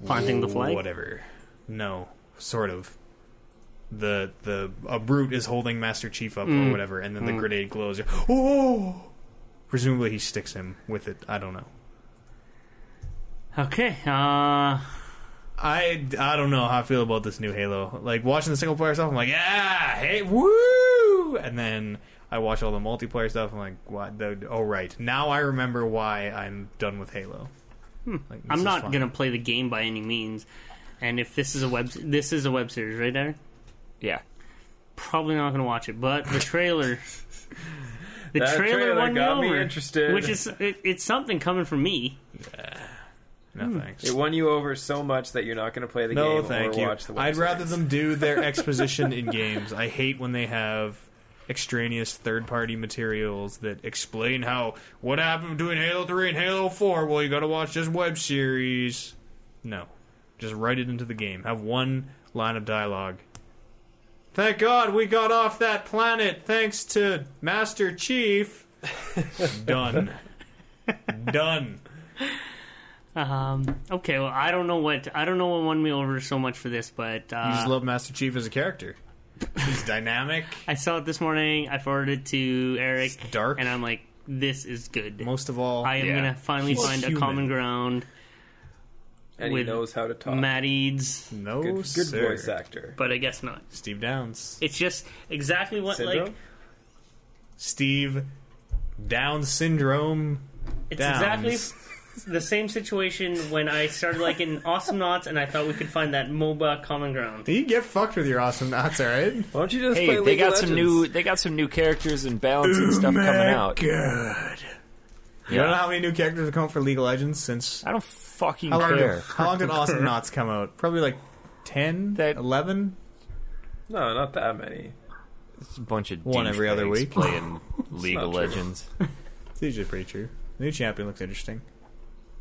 Planting the flag. whatever. No, sort of. The the a brute is holding Master Chief up Mm. or whatever, and then the grenade glows. Oh, presumably he sticks him with it. I don't know. Okay. I, Uh, I don't know how I feel about this new Halo. Like watching the single player stuff, I'm like, yeah, hey, woo! And then I watch all the multiplayer stuff. I'm like, what? The, oh, right. Now I remember why I'm done with Halo. Like, this Hmm. I'm is not fun. gonna play the game by any means. And if this is a web, this is a web series, right, Eric? yeah. Probably not gonna watch it. But the trailer, the That trailer, trailer won got me over, interested. Which is it, it's something coming from me. Hmm. No thanks. It won you over so much that you're not going to play the no, game thank or you. watch the web I'd rather series. them do their exposition in games. I hate when they have extraneous third-party materials that explain how what happened between Halo 3 and Halo 4. Well, you got to watch this web series. No. Just write it into the game. Have one line of dialogue. Thank God we got off that planet thanks to Master Chief. Done. Done. Um, okay, well, I don't know what I don't know what won me over so much for this, but You just uh, love Master Chief as a character. He's dynamic. I saw it this morning. I forwarded it to Eric, It's dark. and I'm like, this is good. Most of all, I am Yeah. gonna finally He's find human. a common ground. And he with knows how to talk. Matt Eads, No, good good sir. voice actor. but I guess not. Steve Downs. It's just exactly what like Syndrome? Steve Downs syndrome. It's Downs. exactly the same situation when I started like in Awesome Knots and I thought we could find that MOBA common ground. You get fucked with your awesome knots, all right? Why don't you just play Hey, they League got of some Legends? new they got some new characters and balance and stuff coming out. God. You don't know Yeah. how many new characters have come out for League of Legends since. I don't fucking How long, did, care. how long did Awesome Knots come out? Probably like 10, That- 11? No, not that many. It's a bunch of One every other douchebags week. playing League not of true. Legends. It's usually pretty true. The new champion looks interesting.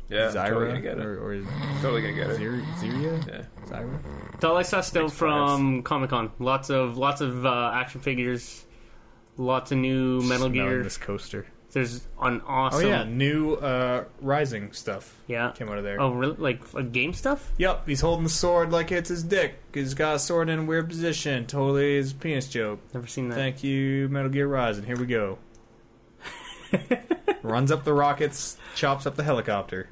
Yeah, I'm totally Zyra gonna get it. or, or Totally gonna get it. Zyr- Zyria? Yeah. Zyra? That's all I saw still from Comic Con. Lots of lots of uh, action figures, lots of new Metal Smelling Gear. this coaster. There's an awesome. Oh yeah, new uh, Rising stuff Yeah. came out of there. Oh, really? Like uh, game stuff? Yep, he's holding the sword like it's his dick. He's got a sword in a weird position. Totally his penis joke. Never seen that. Thank you, Metal Gear Rising. Here we go. Runs up the rockets, chops up the helicopter,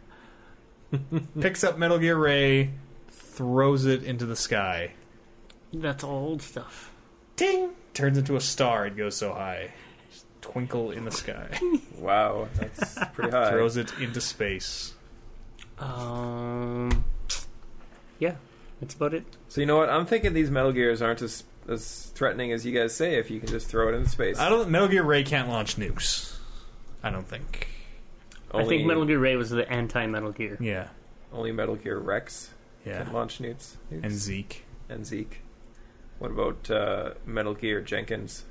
picks up Metal Gear Ray, throws it into the sky. That's all old stuff. Ting! Turns into a star. It goes so high. Just twinkle in the sky. Wow, that's pretty high. Throws it into space. Um, yeah, that's about it. So you know what? I'm thinking these Metal Gears aren't as as threatening as you guys say. If you can just throw it in space, I don't. Metal Gear Ray can't launch nukes. I don't think. only, I think Metal Gear Ray was the anti Metal Gear. Yeah. only Metal Gear Rex Yeah. can launch nukes. nukes. And Zeke. and Zeke. What about uh, Metal Gear Jenkins?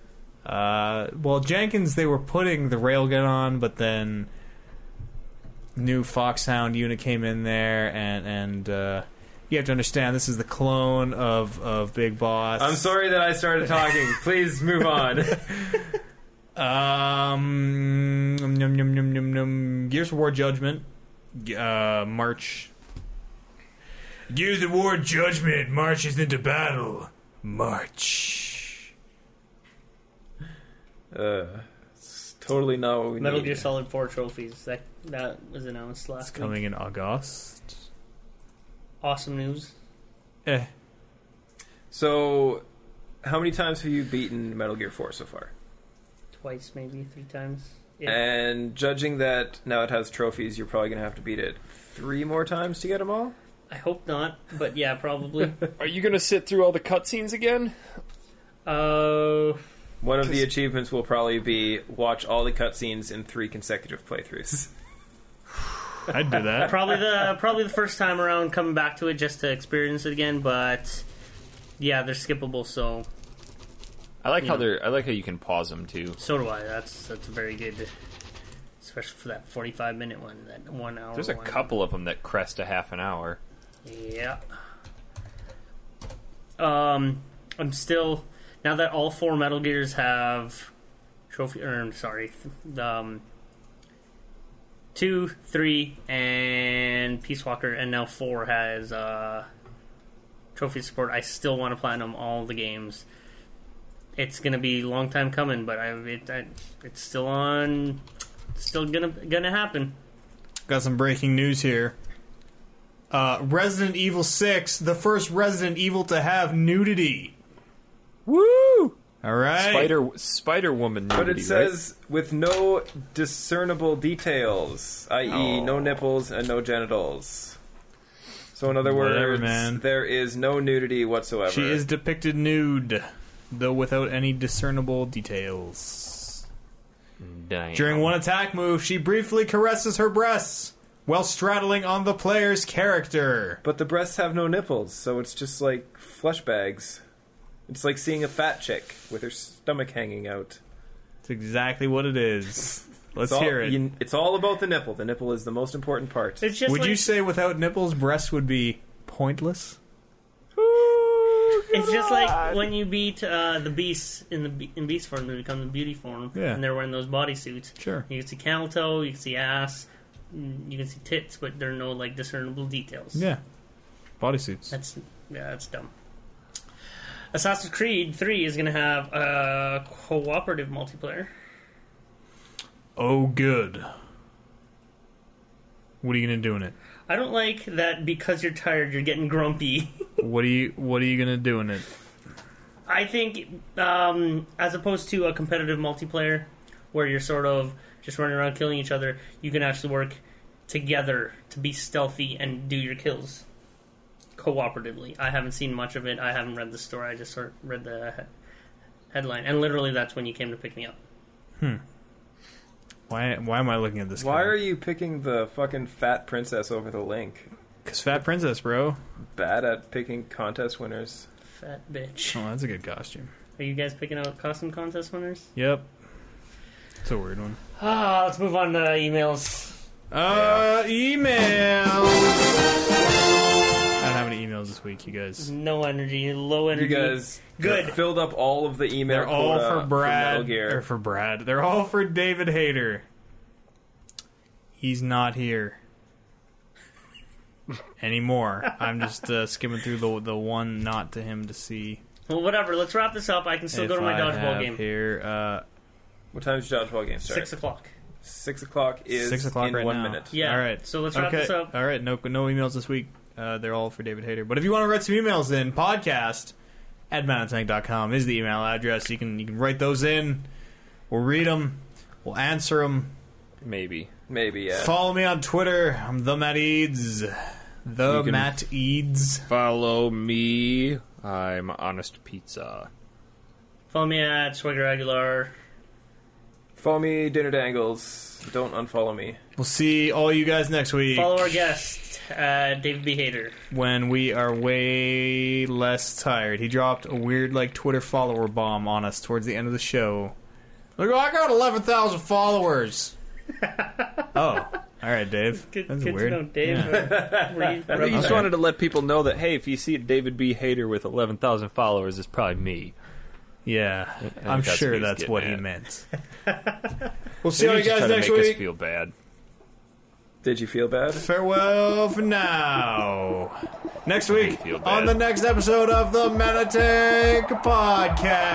Uh, well, Jenkins, they were putting the railgun on, but then new Foxhound unit came in there, and and uh, you have to understand this is the clone of of Big Boss. I'm sorry that I started talking. Please move on. Um, num, num, num, num, num, num. Gears of War Judgment, uh, March. Gears of War Judgment marches into battle. March. Uh, it's totally not what we Metal need. Gear Solid 4 trophies. That that was announced last week. Coming in August. Awesome news. Eh. So, how many times have you beaten Metal Gear 4 so far? Twice, maybe three times. Yeah. And judging that now it has trophies, you're probably going to have to beat it three more times to get them all? I hope not, but yeah, probably. Are you gonna sit through all the cutscenes again? uh, One of the achievements will probably be watch all the cutscenes in three consecutive playthroughs. I'd do that. probably the probably the first time around coming back to it just to experience it again, but yeah, they're skippable, so I like how Yeah. they're. I like how you can pause them too. so do I. That's that's very good, especially for that forty five minute one, that one hour. There's a one. couple of them that crest a half an hour. Yeah. Um, I'm still now that all four Metal Gears have trophy. Or, sorry, th- um, two, three, and Peace Walker, and now four has uh trophy support. I still want to platinum all the games. It's gonna be a long time coming, but I, it, I it's still on. Still gonna gonna happen. Got some breaking news here. Uh, Resident Evil 6, the first Resident Evil to have nudity. Woo! All right. Spider Spider Woman. But it says with no discernible details, i.e., no nipples and no genitals. So, in other Whatever, words, man. there is no nudity whatsoever. She is depicted nude, though without any discernible details. During one attack move, she briefly caresses her breasts while straddling on the player's character. But the breasts have no nipples, so it's just like flesh bags. It's like seeing a fat chick with her stomach hanging out. That's exactly what it is. Let's It's all, hear it. you- it's all about the nipple. The nipple is the most important part. It's just would like- you say without nipples, breasts would be pointless? It's just like when you beat uh, the beasts in the be- in beast form, they become the beauty form, Yeah. and they're wearing those bodysuits. Sure. You can see Calto, you can see ass, mm, you can see tits, but there are no like discernible details. Yeah. Bodysuits. that's yeah, that's dumb. Assassin's Creed Three is going to have a cooperative multiplayer. Oh, good. What are you gonna do in it? I don't like that because you're tired, you're getting grumpy. What are you What are you gonna do in it? I think, um, as opposed to a competitive multiplayer where you're sort of just running around killing each other, you can actually work together to be stealthy and do your kills cooperatively. I haven't seen much of it. I haven't read the story. I just sort of read the he- headline, and literally that's when you came to pick me up. Why Why am I looking at this? Why are you picking the fucking fat princess over the link? Because Fat Princess, bro. Bad at picking contest winners. Fat bitch. Oh, that's a good costume. Are you guys picking out costume contest winners? Yep. It's a weird one. Ah, let's move on to emails. Uh, emails. I don't have any emails this week, you guys. No energy, low You energy. guys Good. filled up all of the email They're all quota for Brad Metal Gear. or for Brad. They're all for David Hayter. he's not here anymore. I'm just uh, skimming through the the one not to him to see. Well, whatever. Let's wrap this up. I can still if go to my I dodgeball have game. here. Uh, What time's your dodgeball game start? Six o'clock. Six o'clock is six o'clock in right one now. minute. Yeah. All right. so let's wrap okay. this up. All right. No no emails this week. Uh, they're all for David Hayter. But if you want to write some emails in, podcast at mountaintank.com is the email address. You can you can write those in. We'll read them. We'll answer them. Maybe. Maybe, yeah. Follow me on Twitter. I'm the Matt Eads. The You can- Matt Eads. Follow me. I'm Honest Pizza. Follow me at Swagger Aguilar. Follow me, Dinner Dangles. Don't unfollow me. We'll see all you guys next week Follow our guest, uh, David B. Hader. when we are way less tired. He dropped a weird like Twitter follower bomb on us towards the end of the show. Like, I got eleven thousand followers. oh, all right, Dave. Good, That's good weird. to know, Dave. Uh, Yeah. Were you- I think you just Okay. wanted to let people know that hey, if you see a David B. Hater with 11,000 followers, it's probably me. Yeah, think I'm that's what sure he's that's getting what he at. meant. we'll see all Maybe you guys just try to next make us week. feel bad. Did you feel bad? Farewell for now. Next week feel bad. on the next episode of the Manitank Podcast.